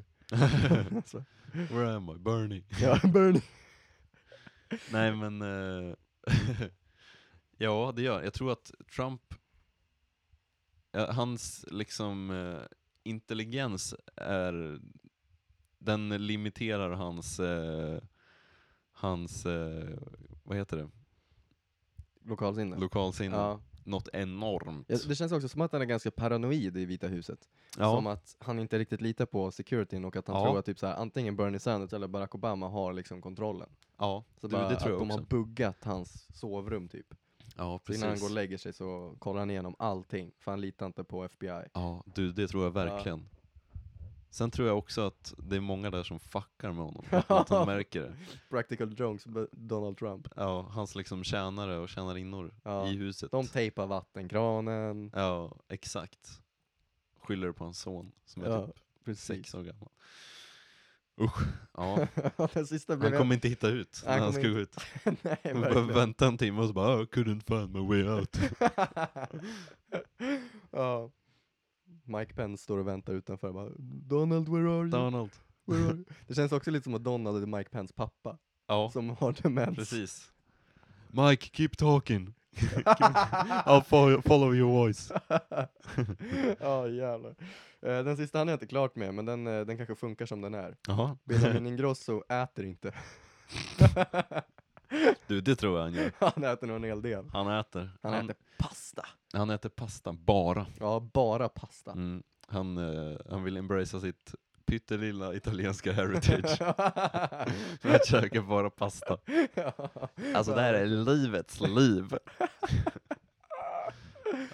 Speaker 2: I?
Speaker 3: Alltså.
Speaker 2: Så.
Speaker 3: Where am I? Bernie.
Speaker 2: ja, Bernie.
Speaker 3: Nej men, eh, ja det gör jag. tror att Trump, ja, hans liksom eh, intelligens är, den limiterar hans, eh, hans, eh, vad heter det,
Speaker 2: Lokalsinne.
Speaker 3: lokalsinne.
Speaker 2: Ja.
Speaker 3: Något enormt.
Speaker 2: Ja, Det känns också som att han är ganska paranoid i Vita huset.
Speaker 3: Ja.
Speaker 2: Som att han inte riktigt litar på securityn och att han
Speaker 3: Ja.
Speaker 2: tror att typ så här, antingen Bernie Sanders eller Barack Obama har liksom kontrollen.
Speaker 3: Ja,
Speaker 2: Så
Speaker 3: du,
Speaker 2: bara
Speaker 3: det tror
Speaker 2: att
Speaker 3: jag
Speaker 2: de har
Speaker 3: också.
Speaker 2: buggat hans sovrum typ.
Speaker 3: Ja,
Speaker 2: Så innan han
Speaker 3: precis.
Speaker 2: går och lägger sig så kollar han igenom allting, för han litar inte på FBI.
Speaker 3: Ja, du, det tror jag verkligen. Sen tror jag också att det är många där som fuckar med honom, att de märker det.
Speaker 2: Practical Jones, B- Donald Trump.
Speaker 3: Ja, hans liksom tjänare och tjänarinnor
Speaker 2: Ja,
Speaker 3: i huset.
Speaker 2: De tejpar vattenkranen.
Speaker 3: Ja, exakt. Skyller på en son som är
Speaker 2: Ja,
Speaker 3: typ
Speaker 2: precis.
Speaker 3: sex år gammal. Usch, ja.
Speaker 2: Den sista blev
Speaker 3: Han kommer inte hitta ut när
Speaker 2: Han
Speaker 3: han,
Speaker 2: kommer
Speaker 3: ska gå ut.
Speaker 2: jag... Nej,
Speaker 3: Han bara
Speaker 2: verkligen.
Speaker 3: vänta en timme och så bara "I couldn't find my way out.
Speaker 2: ja. Mike Pence står och väntar utanför och bara Donald where are you?
Speaker 3: Donald.
Speaker 2: Where are you? Det känns också lite som att Donald är Mike Pence pappa
Speaker 3: Ja,
Speaker 2: som har demens.
Speaker 3: precis. Mike, keep talking. I'll follow, follow your voice.
Speaker 2: ja jävlar. Eh, Den sista han är inte klart med men den, eh, den kanske funkar som den är.
Speaker 3: Jaha.
Speaker 2: Benjamin Ingrosso äter inte.
Speaker 3: Du, det tror jag han gör.
Speaker 2: han äter nog en hel del.
Speaker 3: Han äter.
Speaker 2: Han,
Speaker 3: han,
Speaker 2: äter pasta.
Speaker 3: han äter pasta bara.
Speaker 2: Ja, bara pasta.
Speaker 3: Mm. Han, eh, han vill embracea sitt pyttelilla italienska heritage. Men han käkar bara pasta. Alltså det här är livets liv.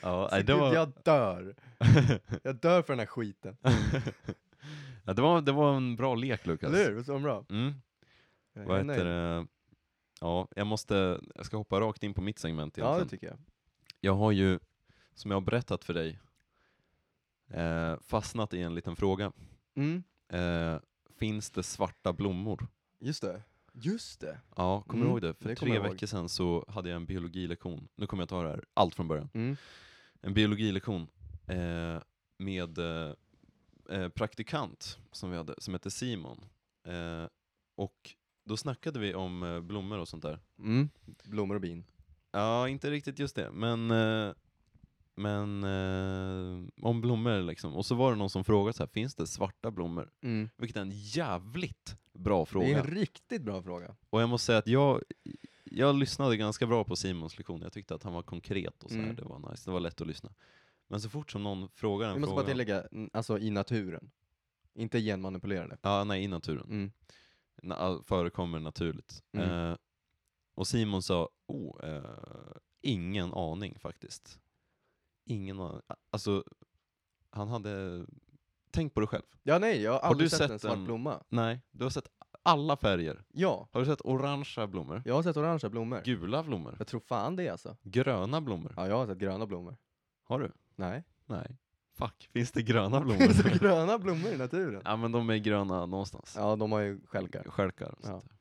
Speaker 3: ja, nej,
Speaker 2: Så
Speaker 3: det,
Speaker 2: gud,
Speaker 3: var,
Speaker 2: Jag dör. Jag dör för den här skiten.
Speaker 3: ja, det, var, det var en bra lek Lukas.
Speaker 2: Eller hur? Visst var den bra?
Speaker 3: Mm.
Speaker 2: Jag är
Speaker 3: Vad
Speaker 2: nöjd.
Speaker 3: heter det? Ja, jag måste, jag ska hoppa rakt in på mitt segment
Speaker 2: Ja, det
Speaker 3: egentligen.
Speaker 2: tycker jag.
Speaker 3: jag har ju, som jag har berättat för dig, eh, fastnat i en liten fråga.
Speaker 2: Mm,
Speaker 3: Eh, finns det svarta blommor?
Speaker 2: just det. Just det.
Speaker 3: Ja, kommer
Speaker 2: Mm,
Speaker 3: du ihåg det? För
Speaker 2: det kommer
Speaker 3: tre
Speaker 2: jag ihåg.
Speaker 3: veckor sedan så hade jag en biologilektion. Nu kommer jag ta det här allt från början.
Speaker 2: Mm.
Speaker 3: En biologilektion eh, med eh, eh, praktikant som vi hade, som hette Simon. Eh, och då snackade vi om eh, blommor och sånt där.
Speaker 2: Mm. Blommor och bin.
Speaker 3: Ja, inte riktigt just det, men, eh, men eh, om blommor liksom. Och så var det någon som frågade så här, finns det svarta blommor?
Speaker 2: Mm.
Speaker 3: Vilket är en jävligt bra fråga.
Speaker 2: Det är en riktigt bra fråga.
Speaker 3: Och jag måste säga att jag, jag lyssnade ganska bra på Simons lektion. Jag tyckte att han var konkret och så här.
Speaker 2: Mm.
Speaker 3: det var nice, det var lätt att lyssna. Men så fort som någon frågar
Speaker 2: Vi
Speaker 3: en
Speaker 2: måste bara
Speaker 3: fråga,
Speaker 2: tillägga, mm, alltså i naturen. Inte genmanipulerade.
Speaker 3: ja, nej, i naturen,
Speaker 2: Mm.
Speaker 3: Na, förekommer naturligt.
Speaker 2: Mm.
Speaker 3: Eh, och Simon sa, oh, eh, ingen aning faktiskt. Ingen aning. A- Alltså, han hade, tänk på det själv.
Speaker 2: Ja, nej, jag har
Speaker 3: Har du
Speaker 2: aldrig sett,
Speaker 3: sett
Speaker 2: en svart
Speaker 3: en-
Speaker 2: blomma.
Speaker 3: Nej, du har sett alla färger.
Speaker 2: Ja,
Speaker 3: Har du sett orangea blommor?
Speaker 2: jag har sett orangea blommor.
Speaker 3: Gula blommor?
Speaker 2: Jag tror fan det alltså.
Speaker 3: Gröna blommor?
Speaker 2: Ja, jag har sett gröna blommor.
Speaker 3: Har du?
Speaker 2: Nej.
Speaker 3: Nej. Fuck, finns det gröna
Speaker 2: Finns
Speaker 3: blommor?
Speaker 2: det gröna blommor i naturen?
Speaker 3: ja men de är gröna någonstans.
Speaker 2: Ja, de har ju stjälkar.
Speaker 3: Stjälkar. och
Speaker 2: Ja.
Speaker 3: sånt där.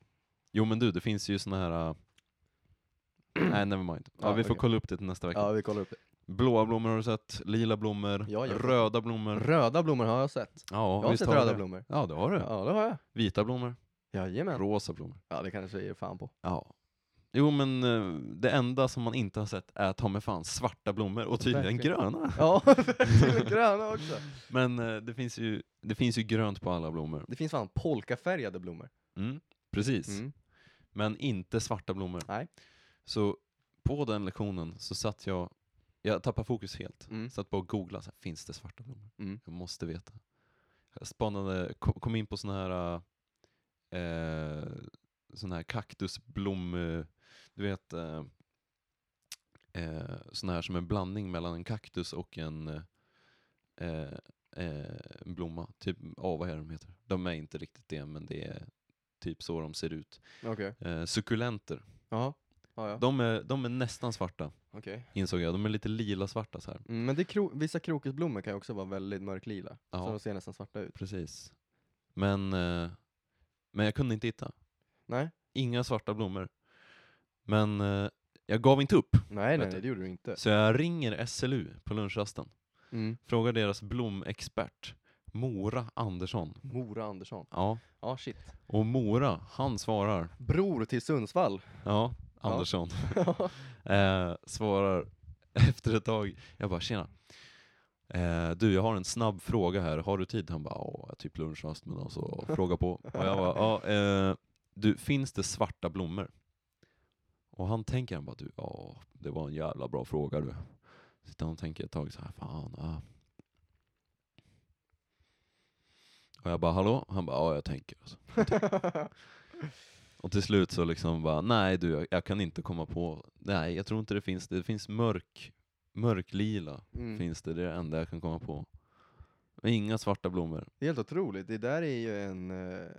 Speaker 3: Jo men du, det finns ju såna här... äh, Nej, never mind. Ja,
Speaker 2: Ja,
Speaker 3: vi får
Speaker 2: okej.
Speaker 3: kolla upp det till nästa vecka.
Speaker 2: Ja, vi kollar upp det.
Speaker 3: Blåa blommor har du sett, lila blommor,
Speaker 2: Ja, jag-
Speaker 3: röda blommor.
Speaker 2: Röda blommor har jag sett.
Speaker 3: Ja,
Speaker 2: Jag har
Speaker 3: visst
Speaker 2: sett
Speaker 3: du
Speaker 2: röda
Speaker 3: det?
Speaker 2: blommor.
Speaker 3: Ja, det har du.
Speaker 2: Ja, det har jag.
Speaker 3: Vita blommor,
Speaker 2: Jajamän.
Speaker 3: rosa blommor.
Speaker 2: Ja, det kanske jag ger fan på.
Speaker 3: Ja. Jo men eh, det enda som man inte har sett är ta mig fan svarta blommor och tydligen
Speaker 2: Verkligen.
Speaker 3: gröna.
Speaker 2: Ja, till och gröna också.
Speaker 3: Men eh, det finns, ju, det finns ju grönt på alla blommor.
Speaker 2: Det finns fan polkafärgade blommor.
Speaker 3: Mm, precis.
Speaker 2: Mm.
Speaker 3: men inte svarta blommor.
Speaker 2: Nej.
Speaker 3: Så på den lektionen så satt jag, jag tappade fokus helt.
Speaker 2: Mm.
Speaker 3: Satt bara och googlade, så här, finns det svarta blommor?
Speaker 2: Mm.
Speaker 3: Jag måste veta. Jag spanade, ko- kom in på såna här, eh, såna här kaktusblom, eh, du vet, eh, eh, såna här som en blandning mellan en kaktus och en eh, eh, en blomma. Typ, ja vad är det de heter? De är inte riktigt det, men det är typ så de ser ut.
Speaker 2: Okej.
Speaker 3: Eh, sukkulenter.
Speaker 2: Ja. Ja, ja.
Speaker 3: De är, de är nästan svarta,
Speaker 2: Okej.
Speaker 3: insåg jag. De är lite lila-svarta så här.
Speaker 2: Mm, men det är kro- vissa krokusblommor kan ju också vara väldigt mörklila.
Speaker 3: Ja.
Speaker 2: Så de ser nästan svarta ut.
Speaker 3: Precis. Men, eh, men jag kunde inte hitta.
Speaker 2: Nej.
Speaker 3: Inga svarta blommor. Men eh, jag gav inte upp.
Speaker 2: Nej, nej,
Speaker 3: Vet
Speaker 2: nej,
Speaker 3: du.
Speaker 2: det gjorde du inte.
Speaker 3: Så jag ringer SLU på lunchrasten.
Speaker 2: Mm.
Speaker 3: Fråga deras blomexpert, Mora Andersson.
Speaker 2: Mora Andersson.
Speaker 3: Ja,
Speaker 2: Ja, shit.
Speaker 3: och Mora, han svarar,
Speaker 2: Bror till Sundsvall.
Speaker 3: ja,
Speaker 2: Ja.
Speaker 3: Andersson, eh, svarar efter ett tag, jag bara tjena. Eh, du, jag har en snabb fråga här, har du tid? Han bara, ja, jag har typ lunchrast men alltså, fråga på. Och jag bara, ja, eh, du, finns det svarta blommor? Och han tänker, han bara, du, ja, det var en jävla bra fråga du. Sitter han och tänker ett tag så här, fan, ja. Och jag bara, hallå? Han bara, ja, jag tänker. Alltså. Och till slut så liksom bara, nej du, jag, jag kan inte komma på, nej jag tror inte det finns, det finns mörk, mörklila,
Speaker 2: Mm.
Speaker 3: finns det, det är det enda jag kan komma på. Och Inga svarta blommor.
Speaker 2: Det är helt otroligt. Det där är ju en, eh,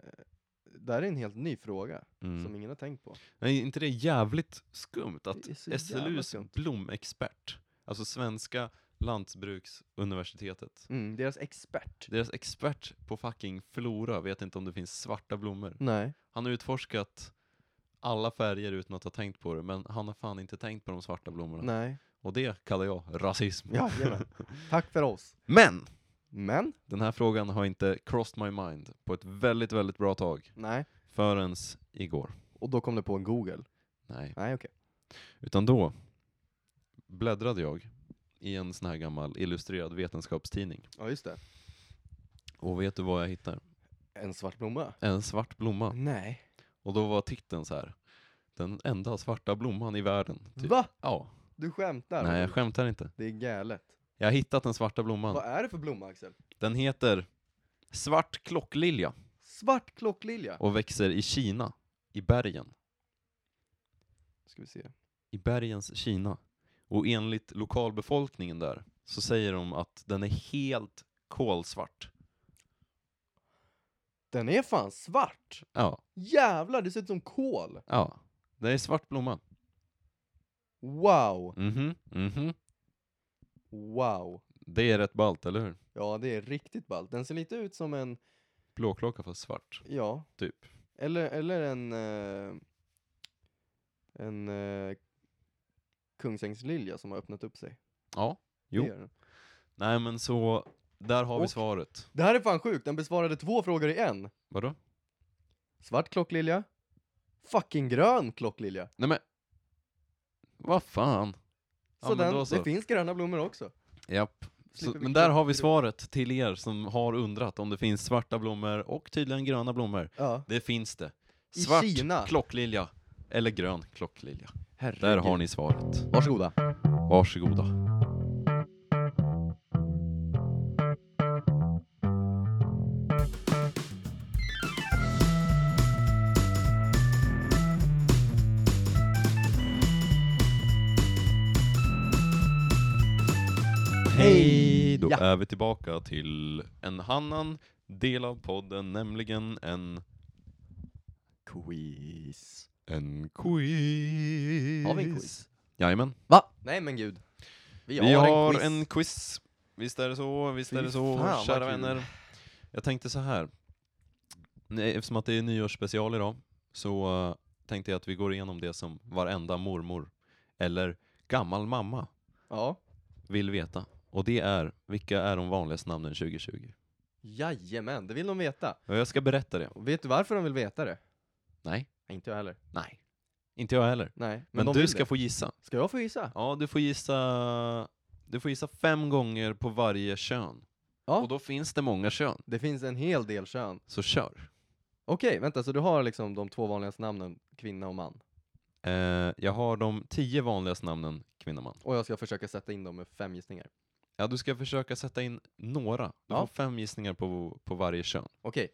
Speaker 2: där är en helt ny fråga
Speaker 3: Mm.
Speaker 2: som ingen har tänkt på.
Speaker 3: Nej, inte det är jävligt skumt
Speaker 2: Det är
Speaker 3: att
Speaker 2: så jävla
Speaker 3: SLUs
Speaker 2: skumt.
Speaker 3: blomexpert, alltså svenska lantbruksuniversitetet,
Speaker 2: Mm, deras expert.
Speaker 3: deras expert på fucking flora vet inte om det finns svarta blommor.
Speaker 2: Nej.
Speaker 3: Han har utforskat alla färger utan att ha tänkt på det, men han har fan inte tänkt på de svarta blommorna.
Speaker 2: Nej.
Speaker 3: Och det kallar jag rasism.
Speaker 2: Jajamän. Tack för oss.
Speaker 3: Men!
Speaker 2: Men,
Speaker 3: Den här frågan har inte crossed my mind på ett väldigt, väldigt bra tag
Speaker 2: nej.
Speaker 3: förrän igår.
Speaker 2: Och då kom det på en Google.
Speaker 3: Nej.
Speaker 2: Nej, okej.
Speaker 3: Utan då bläddrade jag i en sån här gammal illustrerad vetenskapstidning.
Speaker 2: Ja, just det.
Speaker 3: Och vet du vad jag hittar?
Speaker 2: En svart blomma?
Speaker 3: En svart blomma.
Speaker 2: Nej.
Speaker 3: Och då var titeln så här. Den enda svarta blomman i världen. Typ.
Speaker 2: Va?
Speaker 3: Ja.
Speaker 2: Du skämtar?
Speaker 3: Nej, jag skämtar inte.
Speaker 2: Det är galet.
Speaker 3: Jag har hittat den svarta blomman.
Speaker 2: Vad är det för blomma, Axel?
Speaker 3: Den heter svart klocklilja
Speaker 2: Svart klocklilja.
Speaker 3: och växer i Kina, i bergen.
Speaker 2: Ska vi se.
Speaker 3: i bergens Kina. Och enligt lokalbefolkningen där så säger de att den är helt kolsvart.
Speaker 2: Den är fan svart!
Speaker 3: Ja,
Speaker 2: Jävlar, det ser ut som kol!
Speaker 3: ja. Det är svart blomma.
Speaker 2: Wow!
Speaker 3: Mhm, mhm.
Speaker 2: Wow!
Speaker 3: Det är rätt ballt, eller hur?
Speaker 2: Ja, det är riktigt ballt. Den ser lite ut som en,
Speaker 3: Blåklocka fast svart,
Speaker 2: ja,
Speaker 3: typ.
Speaker 2: eller, eller en... Eh, en eh, kungsängslilja som har öppnat upp sig.
Speaker 3: Ja,
Speaker 2: Det
Speaker 3: Jo.
Speaker 2: är den.
Speaker 3: nej men så där har vi
Speaker 2: Och-
Speaker 3: svaret.
Speaker 2: Det här är fan sjukt, den besvarade två frågor i en!
Speaker 3: Vadå?
Speaker 2: Svart klocklilja, fucking grön klocklilja.
Speaker 3: Nej men, vad fan? Ja,
Speaker 2: Så,
Speaker 3: men
Speaker 2: den,
Speaker 3: då så.
Speaker 2: det finns gröna blommor också.
Speaker 3: Japp. Så,
Speaker 2: Slipper vi
Speaker 3: men där har vi
Speaker 2: klockrent.
Speaker 3: svaret till er som har undrat om det finns svarta blommor och tydligen gröna blommor.
Speaker 2: Ja.
Speaker 3: Det finns det.
Speaker 2: I
Speaker 3: Svart
Speaker 2: Kina.
Speaker 3: klocklilja, eller grön klocklilja.
Speaker 2: Herregud.
Speaker 3: Där har ni svaret.
Speaker 2: Varsågoda.
Speaker 3: Varsågoda. Hej! Då
Speaker 2: Ja.
Speaker 3: är vi tillbaka till en annan del av podden, nämligen en... Quiz. En quiz.
Speaker 2: Har vi en quiz?
Speaker 3: Jajamän.
Speaker 2: Va? Nej men gud.
Speaker 3: Vi har en quiz. Visst är det så, visst
Speaker 2: Fy
Speaker 3: är det så,
Speaker 2: fan, vad
Speaker 3: kära
Speaker 2: kul.
Speaker 3: vänner. Jag tänkte så här. Nej, eftersom att det är nyårsspecial idag så eh, tänkte jag att vi går igenom det som varenda mormor eller gammal mamma
Speaker 2: Ja.
Speaker 3: vill veta. Och det är, vilka är de vanligaste namnen 2020?
Speaker 2: Jajamän, det vill de veta.
Speaker 3: Och jag ska berätta det.
Speaker 2: Och vet du varför de vill veta det?
Speaker 3: Nej,
Speaker 2: Nej, inte jag heller.
Speaker 3: nej. Inte jag heller.
Speaker 2: Nej, men,
Speaker 3: Men,
Speaker 2: de
Speaker 3: du
Speaker 2: vill
Speaker 3: ska
Speaker 2: det.
Speaker 3: få gissa.
Speaker 2: Ska jag få gissa?
Speaker 3: Ja, du får gissa... Du får gissa fem gånger på varje kön.
Speaker 2: Ja.
Speaker 3: Och då finns det många kön.
Speaker 2: Det finns en hel del kön.
Speaker 3: Så kör.
Speaker 2: Okej, vänta, så du har liksom de två vanligaste namnen, kvinna och man.
Speaker 3: Eh, jag har de tio vanligaste namnen kvinna man.
Speaker 2: Och jag ska försöka sätta in dem med fem gissningar.
Speaker 3: Ja, du ska försöka sätta in några. Du
Speaker 2: Ja.
Speaker 3: får fem gissningar på, på varje kön.
Speaker 2: Okej.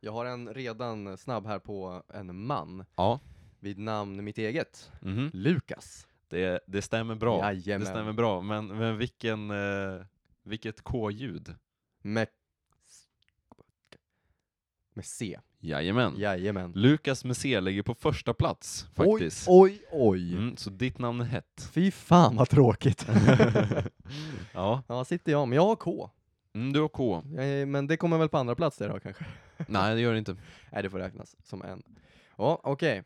Speaker 2: Jag har en redan snabb här på en man
Speaker 3: Ja.
Speaker 2: vid namn mitt eget.
Speaker 3: Mhm.
Speaker 2: Lukas.
Speaker 3: Det, det stämmer bra.
Speaker 2: Jajamän.
Speaker 3: Det stämmer bra, men, men vilken, eh, vilket K-ljud.
Speaker 2: Med... Med C.
Speaker 3: Jajamän.
Speaker 2: Jajamän.
Speaker 3: Lukas med C ligger på första plats faktiskt.
Speaker 2: Oj, oj, oj.
Speaker 3: Mm, så ditt namn är hett.
Speaker 2: Fy fan vad tråkigt.
Speaker 3: ja,
Speaker 2: ja, sitter jag. Men jag har K.
Speaker 3: mm, du har K.
Speaker 2: Eh, Men det kommer väl på andra plats där då kanske.
Speaker 3: Nej, det gör det inte.
Speaker 2: Nej, det får räknas som en. Ja, okej.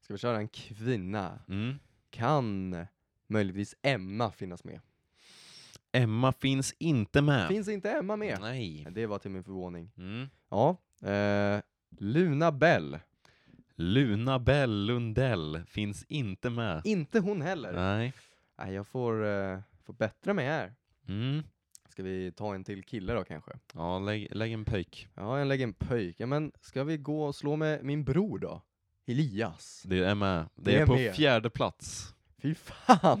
Speaker 2: Ska vi köra en kvinna?
Speaker 3: Mm.
Speaker 2: Kan möjligtvis Emma finnas med?
Speaker 3: Emma finns inte med.
Speaker 2: Finns inte Emma med?
Speaker 3: Nej.
Speaker 2: Det var till min förvåning.
Speaker 3: Mm.
Speaker 2: Ja, eh, Luna Bell.
Speaker 3: Luna Bell Lundell finns inte med.
Speaker 2: Inte hon heller.
Speaker 3: Nej.
Speaker 2: Nej, jag får, eh, får bättra mig här.
Speaker 3: Mm.
Speaker 2: Ska vi ta en till kille då kanske?
Speaker 3: Ja, lägg, lägg en pöjk.
Speaker 2: Ja, jag lägger en pöjk. Ja, men ska vi gå och slå med min bror då? Elias.
Speaker 3: Det är med. Det
Speaker 2: Det
Speaker 3: är
Speaker 2: är
Speaker 3: på
Speaker 2: med.
Speaker 3: fjärde plats.
Speaker 2: Fy fan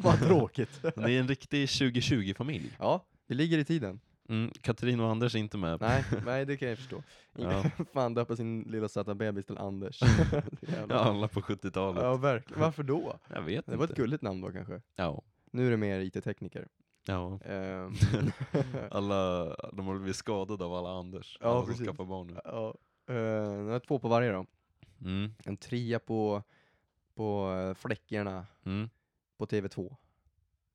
Speaker 2: vad tråkigt.
Speaker 3: Det är en riktig 2020-familj.
Speaker 2: ja, vi ligger i tiden.
Speaker 3: Mm. Katrin och Anders är inte med.
Speaker 2: Nej, nej det kan jag förstå.
Speaker 3: Ja.
Speaker 2: fan döpa sin lilla söta bebis till Anders.
Speaker 3: Ja,
Speaker 2: Jävlar.
Speaker 3: alla på 70-talet.
Speaker 2: ja, verkligen. Varför då?
Speaker 3: Jag vet
Speaker 2: Det var ett
Speaker 3: inte.
Speaker 2: gulligt namn då kanske.
Speaker 3: Ja.
Speaker 2: Nu är det mer IT-tekniker.
Speaker 3: ja.
Speaker 2: Ehm,
Speaker 3: Alla, de har blivit skadade av alla Anders.
Speaker 2: Ja,
Speaker 3: alla som
Speaker 2: precis.
Speaker 3: skaffar barn nu.
Speaker 2: ja, eh, nu har jag två på varje då.
Speaker 3: Mm.
Speaker 2: En trea på, på eh, fläckarna
Speaker 3: Mm.
Speaker 2: på TV2.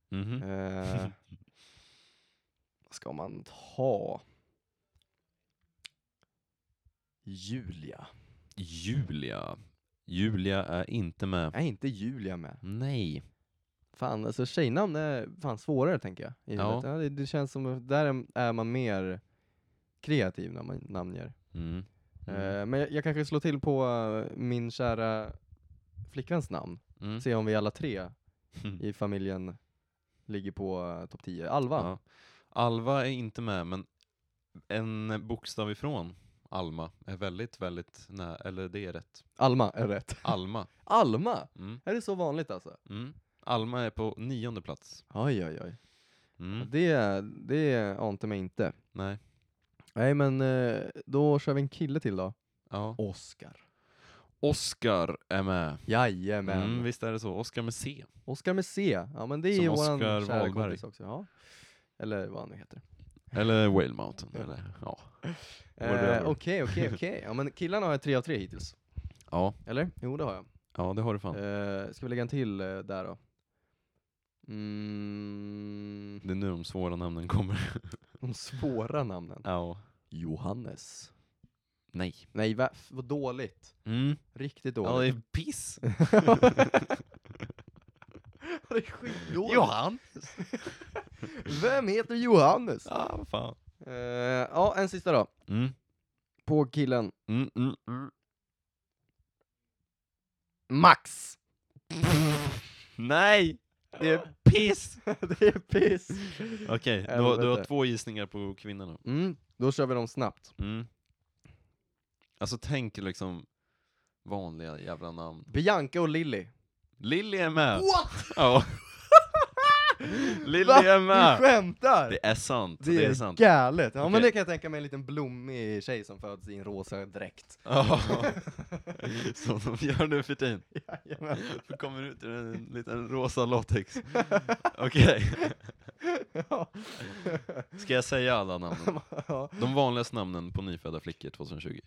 Speaker 3: Mhm.
Speaker 2: Eh, vad ska man ta? Julia.
Speaker 3: Julia. Julia är inte med.
Speaker 2: Nej, inte Julia med.
Speaker 3: Nej.
Speaker 2: Fan, alltså tjejnamn är fan svårare tänker jag. i
Speaker 3: Ja.
Speaker 2: huvudet. Ja. det, det känns som att där är- är man mer kreativ när man namnger.
Speaker 3: Mm. Mm.
Speaker 2: Eh, men jag, jag kanske slår till på eh, min kära flickväns namn.
Speaker 3: Mm.
Speaker 2: Se om vi alla tre i familjen ligger på eh, topp 10. Alva.
Speaker 3: Ja. Alva är inte med, men en bokstav ifrån Alma är väldigt, väldigt nära, eller det är rätt.
Speaker 2: Alma är rätt.
Speaker 3: Alma.
Speaker 2: Alma!
Speaker 3: Mm.
Speaker 2: Är det så vanligt alltså?
Speaker 3: Mm. Alma är på nionde plats.
Speaker 2: Oj, oj, oj.
Speaker 3: Mm.
Speaker 2: Det, det ante mig inte.
Speaker 3: Nej.
Speaker 2: Nej, men eh, då kör vi en kille till då.
Speaker 3: Ja.
Speaker 2: Oscar.
Speaker 3: Oscar är med.
Speaker 2: Jajamän.
Speaker 3: Mm, visst är det så. Oscar med C.
Speaker 2: Oscar med C. Ja, men det är
Speaker 3: Som
Speaker 2: ju våran
Speaker 3: Oscar
Speaker 2: kära
Speaker 3: Wahlberg.
Speaker 2: kompis också. Ja. Eller vad han nu heter.
Speaker 3: Eller Whale Mountain. Eller, ja. Whatever.
Speaker 2: Eh, Okej, okej, okej. Ja, men killarna har jag tre av tre hittills.
Speaker 3: Ja.
Speaker 2: Eller? Jo, det har jag.
Speaker 3: ja, det har du fan.
Speaker 2: Eh, ska vi lägga en till eh, där då? Mm,
Speaker 3: Det är nu de svåra namnen kommer.
Speaker 2: de svåra namnen.
Speaker 3: Ja.
Speaker 2: Johannes.
Speaker 3: Nej.
Speaker 2: Nej, va, f- vad dåligt.
Speaker 3: Mm.
Speaker 2: Riktigt
Speaker 3: Ja, det
Speaker 2: dåligt.
Speaker 3: är piss.
Speaker 2: det är skitdåligt.
Speaker 3: Johan!
Speaker 2: Vem heter Johannes?
Speaker 3: Ja, vad fan.
Speaker 2: Eh, ja, en sista då.
Speaker 3: Mm.
Speaker 2: På killen.
Speaker 3: Mm, mm, mm.
Speaker 2: Max!
Speaker 3: Nej! Det är piss!
Speaker 2: det är piss!
Speaker 3: Okej, du, har- du har
Speaker 2: Helvete.
Speaker 3: två gissningar på kvinnorna.
Speaker 2: Mm, då kör vi dem snabbt.
Speaker 3: Mm. Alltså tänk liksom vanliga jävla namn.
Speaker 2: Bianca och Lilly.
Speaker 3: Lilly är med!
Speaker 2: What?
Speaker 3: Ja. Lilly
Speaker 2: Va?
Speaker 3: är
Speaker 2: Du
Speaker 3: med!
Speaker 2: skämtar!
Speaker 3: Det är sant,
Speaker 2: Det är,
Speaker 3: sant.
Speaker 2: galet! Ja men
Speaker 3: Okej.
Speaker 2: det kan jag tänka mig en liten blommig tjej som föds i en rosa dräkt.
Speaker 3: Ja. Som de gör nu för tiden.
Speaker 2: Jajamän.
Speaker 3: Du kommer ut ur en liten rosa latex. Okej,
Speaker 2: ja.
Speaker 3: ska jag säga alla namnen?
Speaker 2: Ja.
Speaker 3: De vanligaste namnen på nyfödda flickor 2020.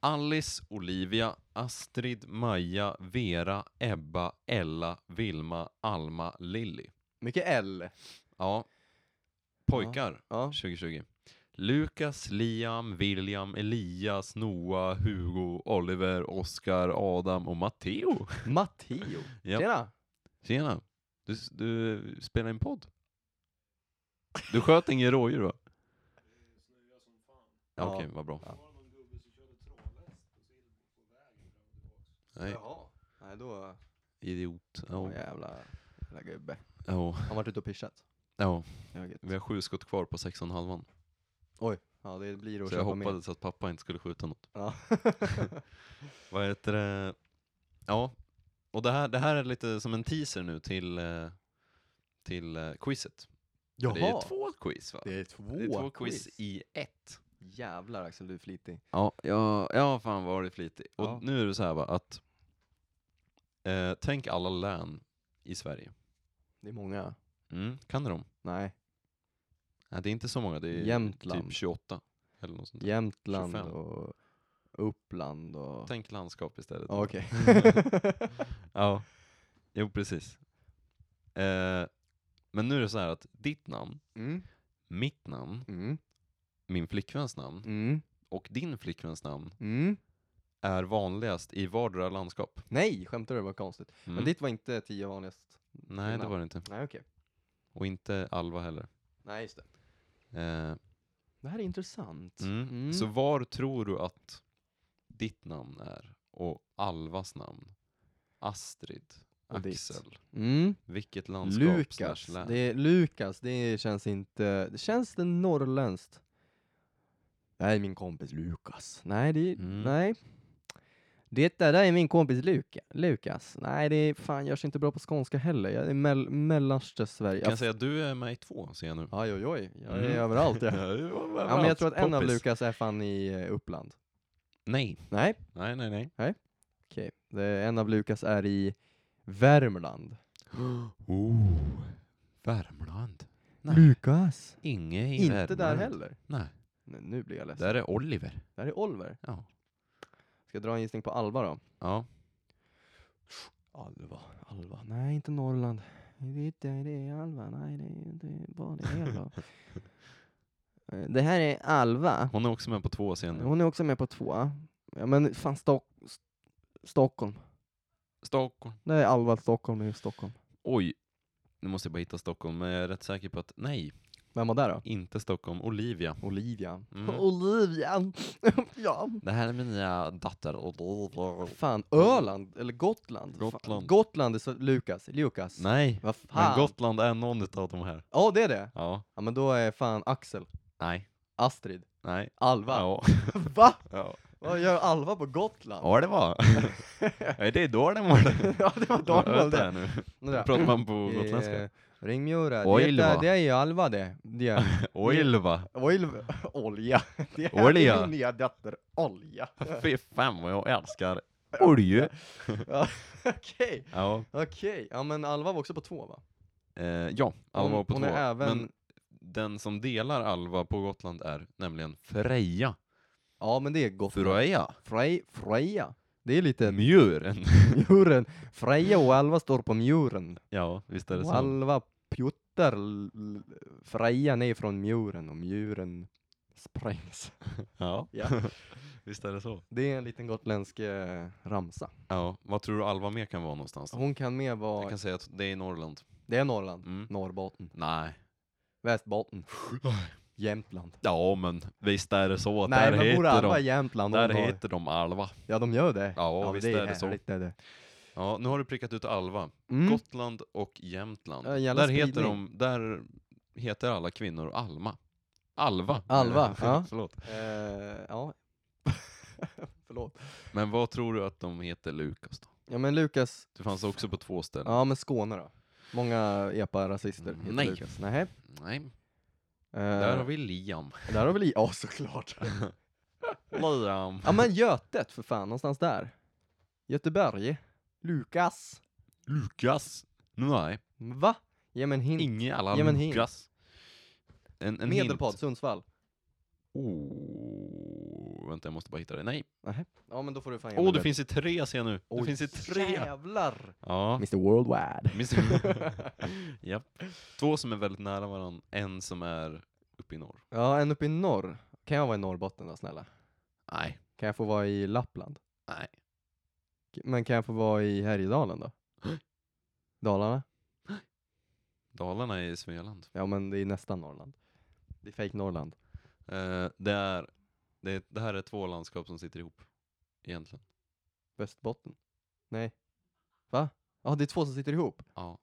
Speaker 3: Alice, Olivia, Astrid, Maja, Vera, Ebba, Ella, Vilma, Alma, Lilly.
Speaker 2: Mycket L.
Speaker 3: Ja. Pojkar,
Speaker 2: Ja.
Speaker 3: 2020. Lukas, Liam, William, Elias, Noah, Hugo, Oliver, Oskar, Adam och Matteo.
Speaker 2: Matteo.
Speaker 3: Ja.
Speaker 2: Tjena!
Speaker 3: Tjena! Du, s- du spelar en podd? Du sköt ingen rådjur va? Ja,
Speaker 2: Ja.
Speaker 3: Okej, vad bra. Nej,
Speaker 2: Jaha. Nej då,
Speaker 3: idiot. Ja,
Speaker 2: oh. jävla, jävla gubbe.
Speaker 3: ja,
Speaker 2: Han varit ute och pitchat.
Speaker 3: ja.
Speaker 2: Ja, gött.
Speaker 3: Vi har sju skott kvar på sex och en halvan.
Speaker 2: ja det blir att
Speaker 3: Så jag
Speaker 2: köpa med.
Speaker 3: hoppades att pappa inte skulle skjuta något.
Speaker 2: Ja.
Speaker 3: Vad heter det? Ja, och det här, det här är lite som en teaser nu till, eh, till eh, quizet. För
Speaker 2: Jaha!
Speaker 3: Det är två quiz va?
Speaker 2: det är två,
Speaker 3: Det är två quiz i ett.
Speaker 2: Jävlar Axel, du är flitig.
Speaker 3: Ja, jag, jag har fan varit flitig. Och
Speaker 2: Ja.
Speaker 3: nu är det så här va, att eh, tänk alla län i Sverige.
Speaker 2: Det är många.
Speaker 3: Mm, kan du dem?
Speaker 2: Nej.
Speaker 3: Nej, det är inte så många, det är typ
Speaker 2: Jämtland.
Speaker 3: 28. Eller något sånt där.
Speaker 2: Jämtland
Speaker 3: 25.
Speaker 2: och Uppland och...
Speaker 3: Tänk landskap istället.
Speaker 2: Ja, Okej.
Speaker 3: ja, jo precis. Eh, men nu är det så här att ditt namn,
Speaker 2: mm,
Speaker 3: mitt namn,
Speaker 2: mm,
Speaker 3: min flickväns namn
Speaker 2: mm,
Speaker 3: och din flickväns namn
Speaker 2: mm.
Speaker 3: är vanligast i vardera landskap.
Speaker 2: Nej, skämtar du? Vad konstigt.
Speaker 3: Mm.
Speaker 2: Men ditt var inte tio vanligast?
Speaker 3: Nej, det
Speaker 2: namn.
Speaker 3: var det inte.
Speaker 2: Nej, okej.
Speaker 3: Och inte Alva heller.
Speaker 2: Nej, just det.
Speaker 3: Eh,
Speaker 2: Det här är intressant.
Speaker 3: Mm.
Speaker 2: Mm.
Speaker 3: Så var tror du att ditt namn är? Och Alvas namn? Astrid?
Speaker 2: Och ditt.
Speaker 3: Axel?
Speaker 2: Mm.
Speaker 3: Vilket landskap?
Speaker 2: Lukas.
Speaker 3: slash län?
Speaker 2: Det är Lukas, det känns inte... Det känns det norrländskt? Nej, min kompis Lukas. Nej, det...
Speaker 3: Mm.
Speaker 2: Nej. Det där är min kompis Luka, Lukas. Nej, det är, fan görs inte bra på skånska heller. Jag är mell- mellersta Sverige.
Speaker 3: Kan jag säga att du är med i två, ser jag nu.
Speaker 2: Aj, oj, oj. Jag är
Speaker 3: Mm.
Speaker 2: överallt. Jag.
Speaker 3: du var
Speaker 2: ja, men jag tror att en av
Speaker 3: Poppis.
Speaker 2: Lukas är fan i eh, Uppland.
Speaker 3: Nej,
Speaker 2: Nej,
Speaker 3: nej, nej, nej.
Speaker 2: okej. Det är- En av Lukas är i Värmland.
Speaker 3: Oh, Värmland. Nej.
Speaker 2: Lukas!
Speaker 3: Inge i
Speaker 2: Inte
Speaker 3: Värmland.
Speaker 2: där heller.
Speaker 3: Nej,
Speaker 2: Nej, nu blir jag ledsen.
Speaker 3: där är Oliver.
Speaker 2: Där är Oliver.
Speaker 3: Ja.
Speaker 2: Ska jag dra en gissning på Alva då?
Speaker 3: ja.
Speaker 2: Alva, Alva. Nej, inte Norrland. Det är inte det är Alva. Nej, det är inte vanlig Alva. Eh, det här är Alva.
Speaker 3: Hon är också med på två sen nu.
Speaker 2: Hon är också med på två. Ja, men fan Stock... St- Stockholm.
Speaker 3: Stockholm.
Speaker 2: Det är Alva Stockholm i Stockholm.
Speaker 3: Oj, nu måste jag bara hitta Stockholm, men jag är rätt säker på att nej,
Speaker 2: Vem var där då?
Speaker 3: inte Stockholm. Olivia.
Speaker 2: Olivia.
Speaker 3: Mm.
Speaker 2: Olivia! ja.
Speaker 3: Det här är min nya dotter Olivia.
Speaker 2: Fan, Öland? Eller Oh. Gotland? Fan,
Speaker 3: Gotland.
Speaker 2: Gotland är så... Lukas. Lukas.
Speaker 3: Nej,
Speaker 2: Vad
Speaker 3: men
Speaker 2: fan?
Speaker 3: Gotland är någon utav de här.
Speaker 2: Ja, det är det.
Speaker 3: Ja,
Speaker 2: Ja, men då är fan Axel,
Speaker 3: nej,
Speaker 2: Astrid,
Speaker 3: nej.
Speaker 2: Alva.
Speaker 3: Ja,
Speaker 2: Va?
Speaker 3: ja.
Speaker 2: Vad gör Alva på Gotland?
Speaker 3: ja det var. Nej, det är Dalmål.
Speaker 2: Ja, det var Dalmål det.
Speaker 3: nu.
Speaker 2: Nu där.
Speaker 3: Pratar man på
Speaker 2: Eh,
Speaker 3: gotländska?
Speaker 2: Ringmjöra, det,
Speaker 3: Oilva.
Speaker 2: är- det är ju Alva det. det är,
Speaker 3: Oilva.
Speaker 2: oil, olja. Det är
Speaker 3: Olja.
Speaker 2: min nya dotter, olja.
Speaker 3: Fy fan vad jag älskar olje.
Speaker 2: Ja, Okej,
Speaker 3: Ja,
Speaker 2: okej. Ja men Alva var också på två va?
Speaker 3: eh, ja Alva
Speaker 2: Hon-
Speaker 3: var på
Speaker 2: hon
Speaker 3: två.
Speaker 2: är även,
Speaker 3: Men den som delar Alva på Gotland är nämligen Freja.
Speaker 2: ja men det är gott.
Speaker 3: Freja. Mm.
Speaker 2: Frej, Freja. Det är lite
Speaker 3: Mjuren.
Speaker 2: mjuren. Freja och Alva står på mjuren.
Speaker 3: Ja, visst är det
Speaker 2: Och
Speaker 3: så.
Speaker 2: Alva pjuttar l- l- Frejan är från mjuren och mjuren sprängs.
Speaker 3: Ja,
Speaker 2: Ja.
Speaker 3: visst är det så.
Speaker 2: Det är en liten gotländsk eh, ramsa.
Speaker 3: Ja, vad tror du Alva mer kan vara någonstans? Då?
Speaker 2: Hon kan mer
Speaker 3: Jag
Speaker 2: vara,
Speaker 3: kan säga att det är i Norrland.
Speaker 2: det är Norrland,
Speaker 3: Mm.
Speaker 2: Norrbotten,
Speaker 3: Nej.
Speaker 2: Västbotten, Jämtland.
Speaker 3: Ja, men visst är det så att
Speaker 2: Nej
Speaker 3: där
Speaker 2: men bor
Speaker 3: heter
Speaker 2: Alva i
Speaker 3: de,
Speaker 2: Jämtland?
Speaker 3: där
Speaker 2: hon har-
Speaker 3: heter de Alva.
Speaker 2: Ja de gör det.
Speaker 3: Ja, visst är det så.
Speaker 2: härligt, Det är det.
Speaker 3: Ja, nu har du prickat ut Alva.
Speaker 2: Mm.
Speaker 3: Gotland och Jämtland.
Speaker 2: Ja, en jävla
Speaker 3: där, heter
Speaker 2: spridning.
Speaker 3: de, där heter alla kvinnor Alma. Alva.
Speaker 2: Alva, ja.
Speaker 3: Förlåt.
Speaker 2: Eh, ja. Förlåt.
Speaker 3: Men vad tror du att de heter Lukas då?
Speaker 2: Ja men Lukas,
Speaker 3: Det fanns också på två ställen.
Speaker 2: ja men Skåne då? Många epa-rasister
Speaker 3: Mm,
Speaker 2: heter
Speaker 3: nej.
Speaker 2: Lukas. Nej.
Speaker 3: Nej,
Speaker 2: Eh,
Speaker 3: där har vi Liam.
Speaker 2: Där har vi li- Ja såklart.
Speaker 3: Liam.
Speaker 2: ja men Götet för fan, någonstans där. Göteborg. Lukas.
Speaker 3: Lukas. Nej,
Speaker 2: Va? Ge mig en hint.
Speaker 3: inga alla
Speaker 2: Ge mig en hint.
Speaker 3: Lukas. En, en
Speaker 2: Medelpad,
Speaker 3: hint.
Speaker 2: Sundsvall.
Speaker 3: Oh, vänta, jag måste bara hitta det. Nej.
Speaker 2: Ja men då får du fan ge
Speaker 3: Åh,
Speaker 2: mig
Speaker 3: oh, du
Speaker 2: rätt.
Speaker 3: finns i tre ser jag nu. Du
Speaker 2: Oj,
Speaker 3: finns i tre.
Speaker 2: Jävlar!
Speaker 3: Ja.
Speaker 2: Mr Worldwide.
Speaker 3: Minns Japp. Två som är väldigt nära varandra, en som är uppe i norr.
Speaker 2: Ja, en uppe i norr. Kan jag vara i Norrbotten då snälla?
Speaker 3: Nej.
Speaker 2: Kan jag få vara i Lappland?
Speaker 3: Nej.
Speaker 2: K- Men kan jag få vara i Härjedalen då? Dalarna?
Speaker 3: Dalarna är i Svealand.
Speaker 2: Ja men det är nästan Norrland. Det är fake Norrland.
Speaker 3: Eh, det, är, det, det här är två landskap som sitter ihop. Egentligen.
Speaker 2: Västbotten? Nej. Va? Ja, det är två som sitter ihop?
Speaker 3: Ja.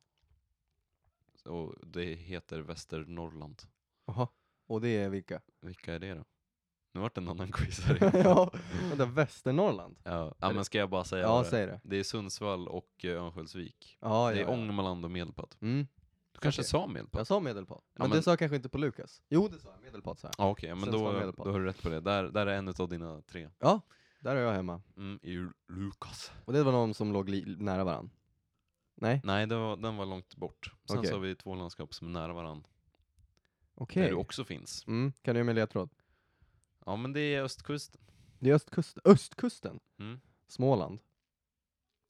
Speaker 3: Och det heter Västernorrland.
Speaker 2: Jaha. Och det är vilka?
Speaker 3: Vilka är det då? Nu vart det en annan quiz här igen.
Speaker 2: ja, vänta, Västernorrland?
Speaker 3: ja. ja, men ska jag bara säga
Speaker 2: Ja,
Speaker 3: vad det? är?
Speaker 2: säg det.
Speaker 3: Det är Sundsvall och eh, Örnsköldsvik.
Speaker 2: Ja,
Speaker 3: det är
Speaker 2: ja, ja.
Speaker 3: Ångermanland och Medelpad.
Speaker 2: Mm.
Speaker 3: Du kanske
Speaker 2: Okej.
Speaker 3: sa Medelpad?
Speaker 2: Jag sa medelpad. Men, det
Speaker 3: men-
Speaker 2: sa jag kanske inte på Lukas. Jo, det sa jag. Medelpad sa jag.
Speaker 3: Ja okej, men
Speaker 2: Sundsvall och
Speaker 3: då,
Speaker 2: Medelpad.
Speaker 3: då har du rätt på det. Där, där är en utav dina tre.
Speaker 2: Ja, där är jag hemma.
Speaker 3: Mm, i Lu- Lukas.
Speaker 2: Och det var de som låg li- nära varann. Nej?
Speaker 3: Nej, det var, den var långt bort. Sen
Speaker 2: Okej.
Speaker 3: så har vi två landskap som är nära varandra, där
Speaker 2: Okej.
Speaker 3: du också finns.
Speaker 2: Mm, kan du ge mig ledtråd?
Speaker 3: Ja men det är östkusten.
Speaker 2: Det är östkusten. Östkusten?
Speaker 3: Mm.
Speaker 2: Småland?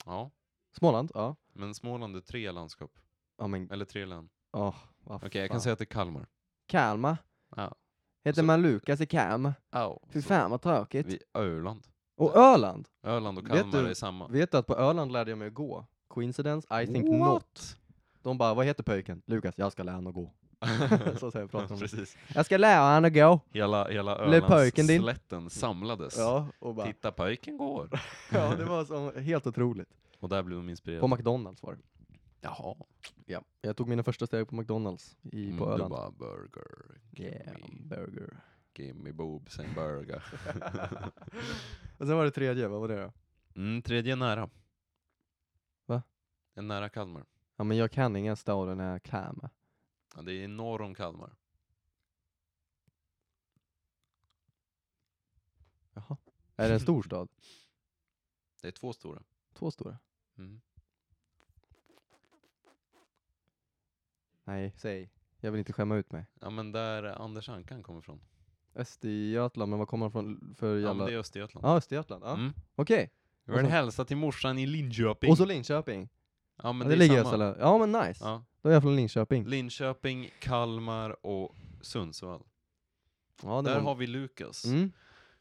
Speaker 3: Ja,
Speaker 2: Småland? Ja.
Speaker 3: men Småland är tre landskap.
Speaker 2: Ja men,
Speaker 3: Eller tre län.
Speaker 2: åh. vad
Speaker 3: Okej, jag
Speaker 2: fan.
Speaker 3: kan säga att det är Kalmar.
Speaker 2: Kalmar?
Speaker 3: Ja.
Speaker 2: Heter
Speaker 3: Så-
Speaker 2: man Lukas i Kalmar?
Speaker 3: Oh.
Speaker 2: Fy fan vad tråkigt.
Speaker 3: Vi, Öland.
Speaker 2: Och Öland?
Speaker 3: Öland och
Speaker 2: Vet
Speaker 3: Kalmar
Speaker 2: du-
Speaker 3: är samma.
Speaker 2: Vet du att på Öland lärde jag mig att gå? Coincidence? I think
Speaker 3: What?
Speaker 2: not. De bara, vad heter pöjken? Lukas, jag ska lära honom att gå. så säger jag pratar om.
Speaker 3: Precis.
Speaker 2: Jag ska lära han att gå.
Speaker 3: Hela, hela
Speaker 2: Eller pojken din.
Speaker 3: Ölandsslätten samlades.
Speaker 2: Ja, och bara,
Speaker 3: Titta pojken går.
Speaker 2: ja, det var så, helt otroligt.
Speaker 3: Och där blev de inspirerade.
Speaker 2: På McDonalds var det.
Speaker 3: Jaha.
Speaker 2: Ja. Jag tog mina första steg på McDonalds i,
Speaker 3: Mm,
Speaker 2: på
Speaker 3: du
Speaker 2: Öland.
Speaker 3: bara burger. Give,
Speaker 2: Yeah,
Speaker 3: me,
Speaker 2: burger.
Speaker 3: give me boobs and burger.
Speaker 2: och sen var det tredje, vad var det då?
Speaker 3: Mm, tredje nära.
Speaker 2: Va?
Speaker 3: En nära Kalmar.
Speaker 2: Ja men jag kan inga staden här Kalmar.
Speaker 3: Ja, det är norr om Kalmar.
Speaker 2: Jaha. Är det en stor stad?
Speaker 3: Det är två stora.
Speaker 2: Två stora?
Speaker 3: Mm.
Speaker 2: Nej, säg. Jag vill inte skämma ut mig.
Speaker 3: Ja men där Anders Ankan kommer ifrån.
Speaker 2: Östergötland, men var kommer han från för
Speaker 3: Ja men
Speaker 2: jävla...
Speaker 3: det är
Speaker 2: Ja,
Speaker 3: Östergötland.
Speaker 2: Östergötland. Ja.
Speaker 3: Mm.
Speaker 2: Okej.
Speaker 3: Jag vill hälsa till morsan i Linköping.
Speaker 2: Och så Linköping.
Speaker 3: ja men
Speaker 2: ja, det,
Speaker 3: är
Speaker 2: ligger i
Speaker 3: samma.
Speaker 2: Östergötland. Ja men nice.
Speaker 3: Ja.
Speaker 2: Då är jag från Linköping.
Speaker 3: Linköping, Kalmar och Sundsvall.
Speaker 2: Ja, det
Speaker 3: Där
Speaker 2: var-
Speaker 3: har vi Lukas.
Speaker 2: mm.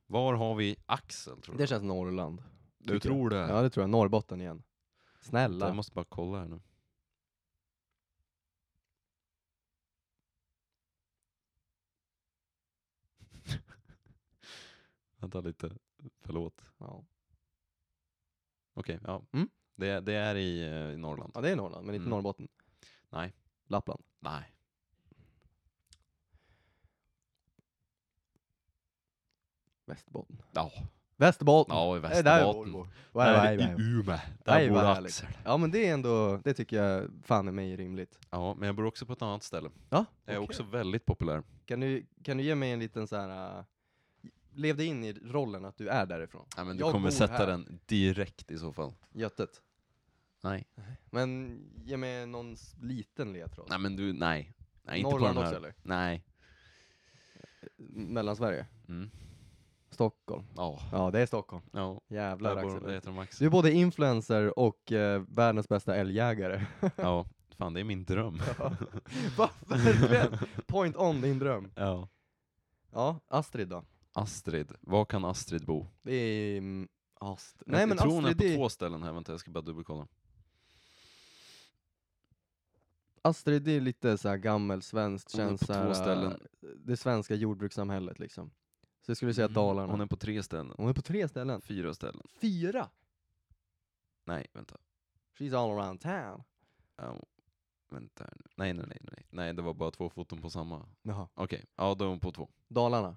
Speaker 3: Var har vi Axel tror
Speaker 2: Det
Speaker 3: du?
Speaker 2: känns Norrland.
Speaker 3: Du tror det?
Speaker 2: Ja det tror jag. Norrbotten igen. Snälla.
Speaker 3: Jag måste bara kolla här nu. Vänta lite, förlåt.
Speaker 2: Ja.
Speaker 3: Okej, ja.
Speaker 2: Mm.
Speaker 3: Det, det är i, eh, i Norrland.
Speaker 2: ja det är Norrland, men inte
Speaker 3: Mm.
Speaker 2: Norrbotten.
Speaker 3: Nej.
Speaker 2: Lappland.
Speaker 3: Nej.
Speaker 2: Västerbotten.
Speaker 3: Ja,
Speaker 2: Västerbotten!
Speaker 3: ja i
Speaker 2: Det är där
Speaker 3: Västerbotten.
Speaker 2: Volvo.
Speaker 3: Där
Speaker 2: Vai, vai,
Speaker 3: är det
Speaker 2: vai.
Speaker 3: i Umeå.
Speaker 2: Vai,
Speaker 3: Där bor
Speaker 2: vai,
Speaker 3: Axel.
Speaker 2: Ja men det är ändå, det tycker jag fan är mig rimligt.
Speaker 3: Ja, men jag bor också på ett annat ställe.
Speaker 2: Ja,
Speaker 3: Jag är
Speaker 2: okej.
Speaker 3: också väldigt populär.
Speaker 2: Kan du, kan du ge mig en liten så här. äh, lev dig in i rollen att du är därifrån?
Speaker 3: Ja, men du
Speaker 2: Jag
Speaker 3: kommer
Speaker 2: bor
Speaker 3: sätta
Speaker 2: här.
Speaker 3: den direkt i så fall.
Speaker 2: Göttet.
Speaker 3: Nej.
Speaker 2: Men ge mig någon s- liten ledtråd.
Speaker 3: Nej men du, nej. Nej inte
Speaker 2: Norrland
Speaker 3: på den här.
Speaker 2: också eller?
Speaker 3: Nej.
Speaker 2: Mellansverige?
Speaker 3: Mm.
Speaker 2: Stockholm.
Speaker 3: Ja.
Speaker 2: Ja det är Stockholm.
Speaker 3: Ja.
Speaker 2: Jävlar
Speaker 3: Där bor,
Speaker 2: Axel.
Speaker 3: där heter de
Speaker 2: Du
Speaker 3: Axel.
Speaker 2: är både influencer och eh, världens bästa älgjägare.
Speaker 3: Ja. Fan det är min dröm.
Speaker 2: Va? Verkligen? Point on din dröm.
Speaker 3: Ja.
Speaker 2: Ja, Astrid då?
Speaker 3: Astrid. Var kan Astrid bo?
Speaker 2: Det är... Mm, Astrid.
Speaker 3: jag tror hon är på
Speaker 2: det-
Speaker 3: två ställen här, vänta jag ska bara dubbelkolla.
Speaker 2: Astrid det är lite så här gammelsvenskt,
Speaker 3: Hon är
Speaker 2: känns
Speaker 3: på två
Speaker 2: så här,
Speaker 3: ställen.
Speaker 2: det svenska jordbrukssamhället liksom. Så jag skulle säga Dalarna.
Speaker 3: Mm, Hon är på tre ställen.
Speaker 2: Hon är på tre ställen.
Speaker 3: Fyra ställen.
Speaker 2: Fyra!
Speaker 3: Nej, vänta.
Speaker 2: She's all around town.
Speaker 3: Ja, vänta här nu. Nej, nej, nej, nej. Nej, det var bara två foton på samma.
Speaker 2: Jaha.
Speaker 3: Okej, ja då är hon på två.
Speaker 2: Dalarna.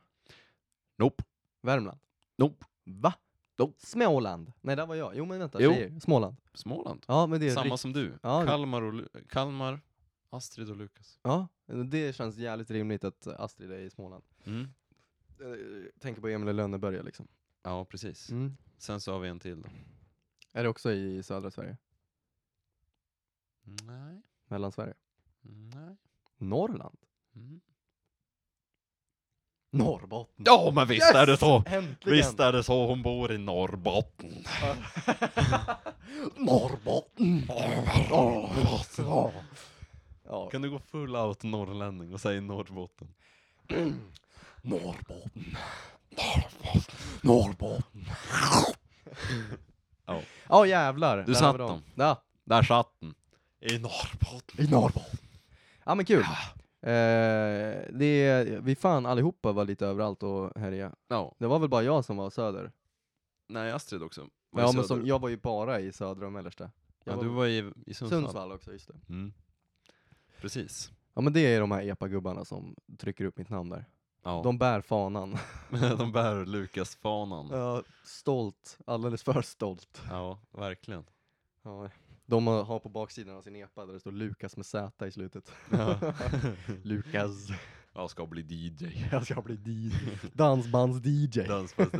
Speaker 3: Nope.
Speaker 2: Värmland.
Speaker 3: Nope.
Speaker 2: Va?
Speaker 3: Nope.
Speaker 2: Småland. Nej, där var jag. Jo men vänta,
Speaker 3: Jo.
Speaker 2: tjejer. Småland.
Speaker 3: Småland.
Speaker 2: Ja men det är
Speaker 3: Samma
Speaker 2: rikt-
Speaker 3: som du.
Speaker 2: Ja, det-
Speaker 3: Kalmar, och Lu- Kalmar, Astrid och Lukas.
Speaker 2: Ja, det känns jävligt rimligt att Astrid är i Småland.
Speaker 3: Mm.
Speaker 2: Jag tänker på Emil i Lönneberga liksom.
Speaker 3: Ja, precis.
Speaker 2: Mm.
Speaker 3: Sen så har vi en till då.
Speaker 2: Är det också i södra Sverige?
Speaker 3: Nej,
Speaker 2: Mellansverige?
Speaker 3: nej.
Speaker 2: Norrland?
Speaker 3: Mm.
Speaker 2: Norrbotten?
Speaker 3: Ja, men visst är det så!
Speaker 2: Äntligen!
Speaker 3: Visst är det så, hon bor i Norrbotten. Norrbotten! Norrbotten.
Speaker 2: Ja.
Speaker 3: Kan du gå full out norrlänning och säga Norrbotten? Norrbotten. Norrbotten. Norrbotten. ja,
Speaker 2: Ja jävlar! där
Speaker 3: satt
Speaker 2: har vi
Speaker 3: dem.
Speaker 2: Ja.
Speaker 3: där satt den. I Norrbotten. I Norrbotten.
Speaker 2: ja men kul! Eh, det, vi fan allihopa var lite överallt och härjade.
Speaker 3: Ja,
Speaker 2: Det var väl bara jag som var söder.
Speaker 3: nej Astrid också. Var
Speaker 2: Ja,
Speaker 3: i
Speaker 2: men
Speaker 3: söder.
Speaker 2: som, jag var ju bara i södra och mellersta. Jag
Speaker 3: ja, du var i, i Sundsvall.
Speaker 2: Sundsvall också, just det.
Speaker 3: Mm. Precis.
Speaker 2: Ja men det är de här epagubbarna som trycker upp mitt namn där.
Speaker 3: Ja.
Speaker 2: De bär fanan.
Speaker 3: De bär Lukas-fanan.
Speaker 2: Ja, stolt, alldeles för stolt.
Speaker 3: Ja, verkligen.
Speaker 2: Ja. De har har på baksidan av sin epa där det står Lukas med Z i slutet.
Speaker 3: Ja.
Speaker 2: Lukas,
Speaker 3: Jag ska bli DJ.
Speaker 2: jag ska bli DJ. Dansbands-DJ.
Speaker 3: Dansfest.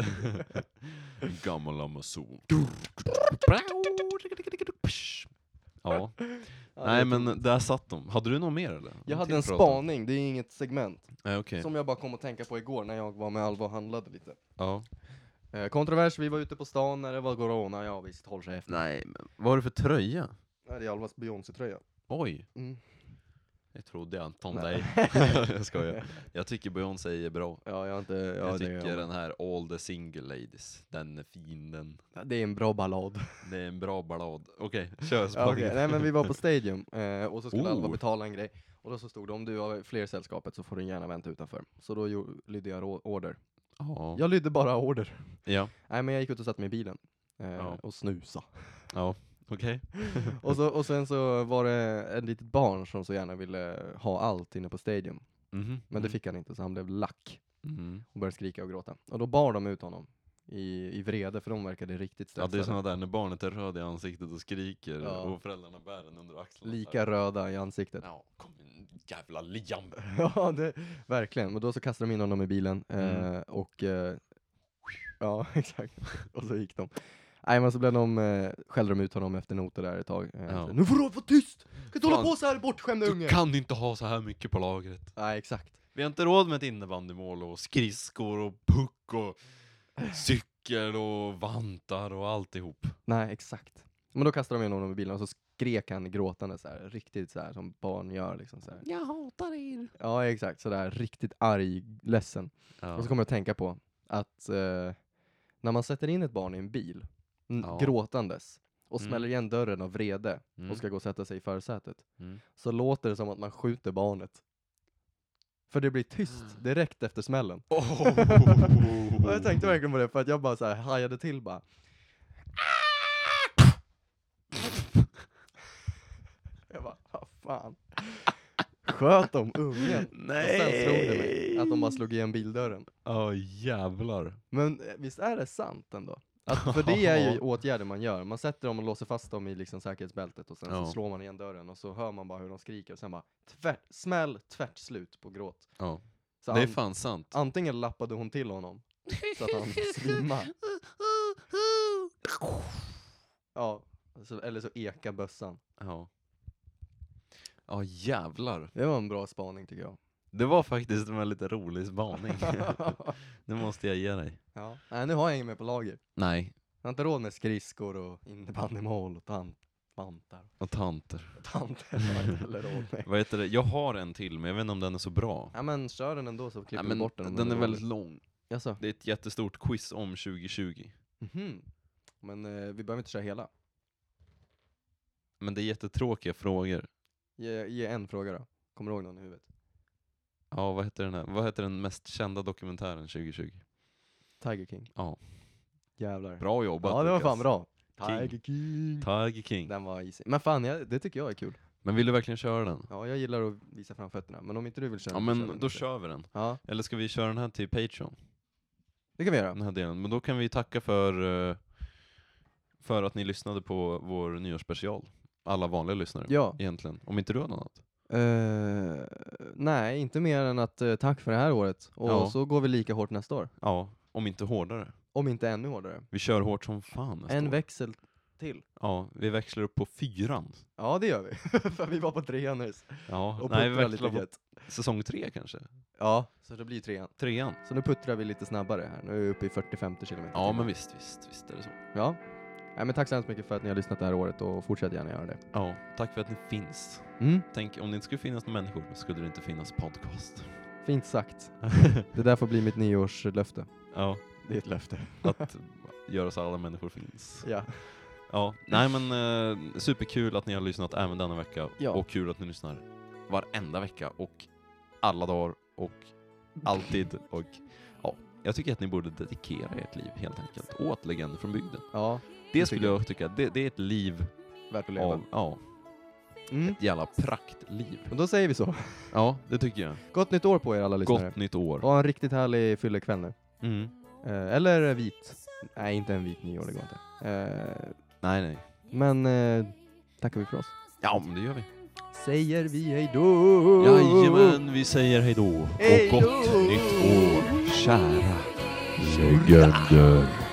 Speaker 3: En gammal amazon. Ja,
Speaker 2: Ja, det
Speaker 3: nej
Speaker 2: är
Speaker 3: men där satt de. Hade du något mer eller? Någonting
Speaker 2: Jag hade en
Speaker 3: att prata om?
Speaker 2: spaning, det är inget segment,
Speaker 3: Nej okej.
Speaker 2: som jag bara kom att tänka på igår när jag var med Alva och handlade lite.
Speaker 3: Ja.
Speaker 2: Eh, kontrovers, vi var ute på stan när det var corona, ja visst, håll sig efter.
Speaker 3: Nej, men vad har du för tröja?
Speaker 2: Nej, det är Alvas Beyoncé-tröja.
Speaker 3: Oj,
Speaker 2: Mm.
Speaker 3: det trodde jag inte om
Speaker 2: Nej.
Speaker 3: dig. jag skojar. Jag tycker Beyoncé är bra.
Speaker 2: Ja, jag har inte... Ja,
Speaker 3: jag
Speaker 2: det,
Speaker 3: tycker
Speaker 2: är,
Speaker 3: den här All the single ladies, den är fin den.
Speaker 2: det är en bra ballad.
Speaker 3: Det är en bra ballad. Okej, kör
Speaker 2: Ja,
Speaker 3: spaningen.
Speaker 2: okej. Nej men vi var på Stadium, eh, och så skulle
Speaker 3: Oh.
Speaker 2: Alva betala en grej. Och Och då så stod det om du har fler i sällskapet så får du gärna vänta utanför. Så då gjorde- lydde jag rå- order.
Speaker 3: Ja.
Speaker 2: Jag lydde bara order.
Speaker 3: Ja.
Speaker 2: Nej men jag gick ut och satte mig i bilen. Eh,
Speaker 3: Ja.
Speaker 2: Och snusa.
Speaker 3: Ja. Okej.
Speaker 2: och, så, och sen så var det ett litet barn som så gärna ville ha allt inne på stadion.
Speaker 3: Mhm.
Speaker 2: Men det fick han inte så han blev lack
Speaker 3: Mhm.
Speaker 2: och började skrika och gråta. Och då bar de ut honom i, i vrede för de verkade riktigt
Speaker 3: Ja,
Speaker 2: stressade.
Speaker 3: det är sådana där när barnet är röd i ansiktet och skriker
Speaker 2: Typ Ja.
Speaker 3: och föräldrarna bär den under axlarna.
Speaker 2: Lika röda i ansiktet.
Speaker 3: Ja, kom en jävla Liam.
Speaker 2: Ja, det, verkligen. Men då så kastade de in honom i bilen
Speaker 3: Mm.
Speaker 2: eh, och eh, ja, exakt. Och så gick de. Nej men så blev de, eh, skällde de ut honom efter noter där ett tag. Eh,
Speaker 3: Ja.
Speaker 2: så, Nu får du vara tyst! Kan inte hålla
Speaker 3: Fan.
Speaker 2: på så här bortskämda
Speaker 3: Du
Speaker 2: unge!
Speaker 3: kan inte ha så här mycket på lagret.
Speaker 2: Nej exakt.
Speaker 3: Vi har inte råd med ett innebandymål och skridskor och puck och cykel och vantar och alltihop.
Speaker 2: Nej exakt. Men då kastade de in honom i bilen och så skrek han gråtande så här, riktigt så här som barn gör liksom så här.
Speaker 4: Jag hatar er.
Speaker 2: Ja exakt, så där riktigt arg, ledsen.
Speaker 3: Ja.
Speaker 2: Och så kommer jag att tänka på att eh, när man sätter in ett barn i en bil, n-
Speaker 3: Ja.
Speaker 2: gråtandes, och
Speaker 3: Mm.
Speaker 2: smäller igen dörren av vrede
Speaker 3: Mm.
Speaker 2: och ska gå och sätta sig i försätet,
Speaker 3: Mm.
Speaker 2: så låter det som att man skjuter barnet. För det blir
Speaker 3: Ah.
Speaker 2: tyst direkt efter smällen.
Speaker 3: Oh. Åh.
Speaker 2: Och jag tänkte verkligen på det, för att jag bara så här hajade till bara. jag bara, vad fan. Sköt de ungen? Och sen slog det mig att de bara slog igen bildörren.
Speaker 3: Ja jävlar.
Speaker 2: Men eh, visst är det sant ändå? Att, för det är ju åtgärder man gör. Man sätter dem och låser fast dem i liksom säkerhetsbältet och sen
Speaker 3: Ja.
Speaker 2: så slår man igen dörren och så hör man bara hur de skriker och sen bara tvärt, smäll, tvärt slut på gråt.
Speaker 3: Ja.
Speaker 2: Så
Speaker 3: Det är
Speaker 2: an-
Speaker 3: fan sant.
Speaker 2: antingen lappade hon till honom så att han svimmar. ah, Ja, så, eller så eka bössan.
Speaker 3: Ja. Ja jävlar.
Speaker 2: Det var en bra spaning tycker jag.
Speaker 3: Det var faktiskt en väldigt rolig spaning. det måste jag ge dig.
Speaker 2: ja. Nej, nu har jag inget mer på lager.
Speaker 3: Nej,
Speaker 2: Jag har inte råd med skridskor och innebandymål och tant, vantar.
Speaker 3: och tanter.
Speaker 2: Tanter har jag inte heller råd med.
Speaker 3: Vad heter det? Jag har en till, men jag vet inte om den är så bra.
Speaker 2: Ja men kör den ändå så klipper
Speaker 3: Nej,
Speaker 2: vi
Speaker 3: men
Speaker 2: bort den. om
Speaker 3: den är alltså.
Speaker 2: dålig.
Speaker 3: väldigt lång.
Speaker 2: Jaså?
Speaker 3: Det är ett jättestort quiz om 2020.
Speaker 2: Mhm. Men eh, vi behöver inte köra hela.
Speaker 3: Men det är jättetråkiga frågor.
Speaker 2: Ge, ge en fråga då. Kommer du ihåg någon i huvudet?
Speaker 3: Ja, vad heter den här? Vad heter den mest kända dokumentären 2020?
Speaker 2: Tiger King.
Speaker 3: Ja.
Speaker 2: Jävlar.
Speaker 3: Bra jobbat
Speaker 2: ja det var
Speaker 3: Lukas.
Speaker 2: fan bra.
Speaker 3: King.
Speaker 2: Tiger King.
Speaker 3: Tiger King.
Speaker 2: Den var easy. Men fan, jag, det tycker jag är kul.
Speaker 3: Men vill du verkligen köra den?
Speaker 2: Ja, jag gillar att visa framfötterna. Men om inte du vill köra
Speaker 3: Ja
Speaker 2: den, så
Speaker 3: men
Speaker 2: den
Speaker 3: då
Speaker 2: inte.
Speaker 3: kör vi den.
Speaker 2: Ja,
Speaker 3: Eller ska vi köra den här till Patreon?
Speaker 2: det kan vi göra.
Speaker 3: Den här delen. Men då kan vi tacka för, eh, för att ni lyssnade på vår nyårsspecial. Alla vanliga lyssnare
Speaker 2: Ja.
Speaker 3: egentligen. Om inte du har något annat.
Speaker 2: Eh, nej, inte mer än att eh, tack för det här året. Och
Speaker 3: Ja.
Speaker 2: så går vi lika hårt nästa år.
Speaker 3: Ja, om inte hårdare.
Speaker 2: Om inte ännu hårdare.
Speaker 3: Vi kör hårt som fan nästa
Speaker 2: en
Speaker 3: år.
Speaker 2: växel till.
Speaker 3: Ja, vi växlar upp på fyran.
Speaker 2: Ja, det gör vi. För vi var på trean nyss.
Speaker 3: Ja,
Speaker 2: Och
Speaker 3: nej vi
Speaker 2: puttrar lite
Speaker 3: växlar på
Speaker 2: gött.
Speaker 3: säsong tre kanske?
Speaker 2: Ja, så det blir trean.
Speaker 3: Trean?
Speaker 2: Så nu puttrar vi lite snabbare här. Nu är vi uppe i 40-50 kilometer.
Speaker 3: Ja
Speaker 2: i
Speaker 3: men
Speaker 2: timmen.
Speaker 3: visst, visst, visst är det så.
Speaker 2: Ja. Nej, men tack så hemskt mycket för att ni har lyssnat det här året och fortsätt gärna göra det.
Speaker 3: Ja, tack för att ni finns.
Speaker 2: Mm,
Speaker 3: Tänk, om det inte skulle finnas några människor skulle det inte finnas podcast.
Speaker 2: fint sagt. Det där får bli mitt nyårslöfte.
Speaker 3: ja,
Speaker 2: Det är ett löfte.
Speaker 3: att göra så alla människor finns.
Speaker 2: Ja.
Speaker 3: Ja, nej men eh, superkul att ni har lyssnat även denna vecka
Speaker 2: Ja.
Speaker 3: och kul att ni lyssnar varenda vecka och alla dagar och alltid och ja, jag tycker att ni borde dedikera ert liv helt enkelt åt Legender från bygden.
Speaker 2: Ja,
Speaker 3: Det
Speaker 2: Det
Speaker 3: skulle
Speaker 2: tycker
Speaker 3: jag tycka, det, det är ett liv
Speaker 2: värt att leva.
Speaker 3: av, ja,
Speaker 2: Mm.
Speaker 3: ett jävla praktliv.
Speaker 2: Men då säger vi så.
Speaker 3: Ja, det tycker jag.
Speaker 2: Gott nytt år på er alla lyssnare.
Speaker 3: Gott nytt år.
Speaker 2: Ha en riktigt härlig fyllekväll nu.
Speaker 3: Mm.
Speaker 2: Eh, eller vit. Nej, inte en vit nyår, det går inte. Eh,
Speaker 3: Nej, nej.
Speaker 2: men eh, tackar vi för oss.
Speaker 3: Ja, men det gör vi.
Speaker 2: Säger vi hej då!
Speaker 3: Jajamän, vi säger hej då och
Speaker 2: Hej
Speaker 3: gott
Speaker 2: då!
Speaker 3: nytt år, kära.
Speaker 1: Legender.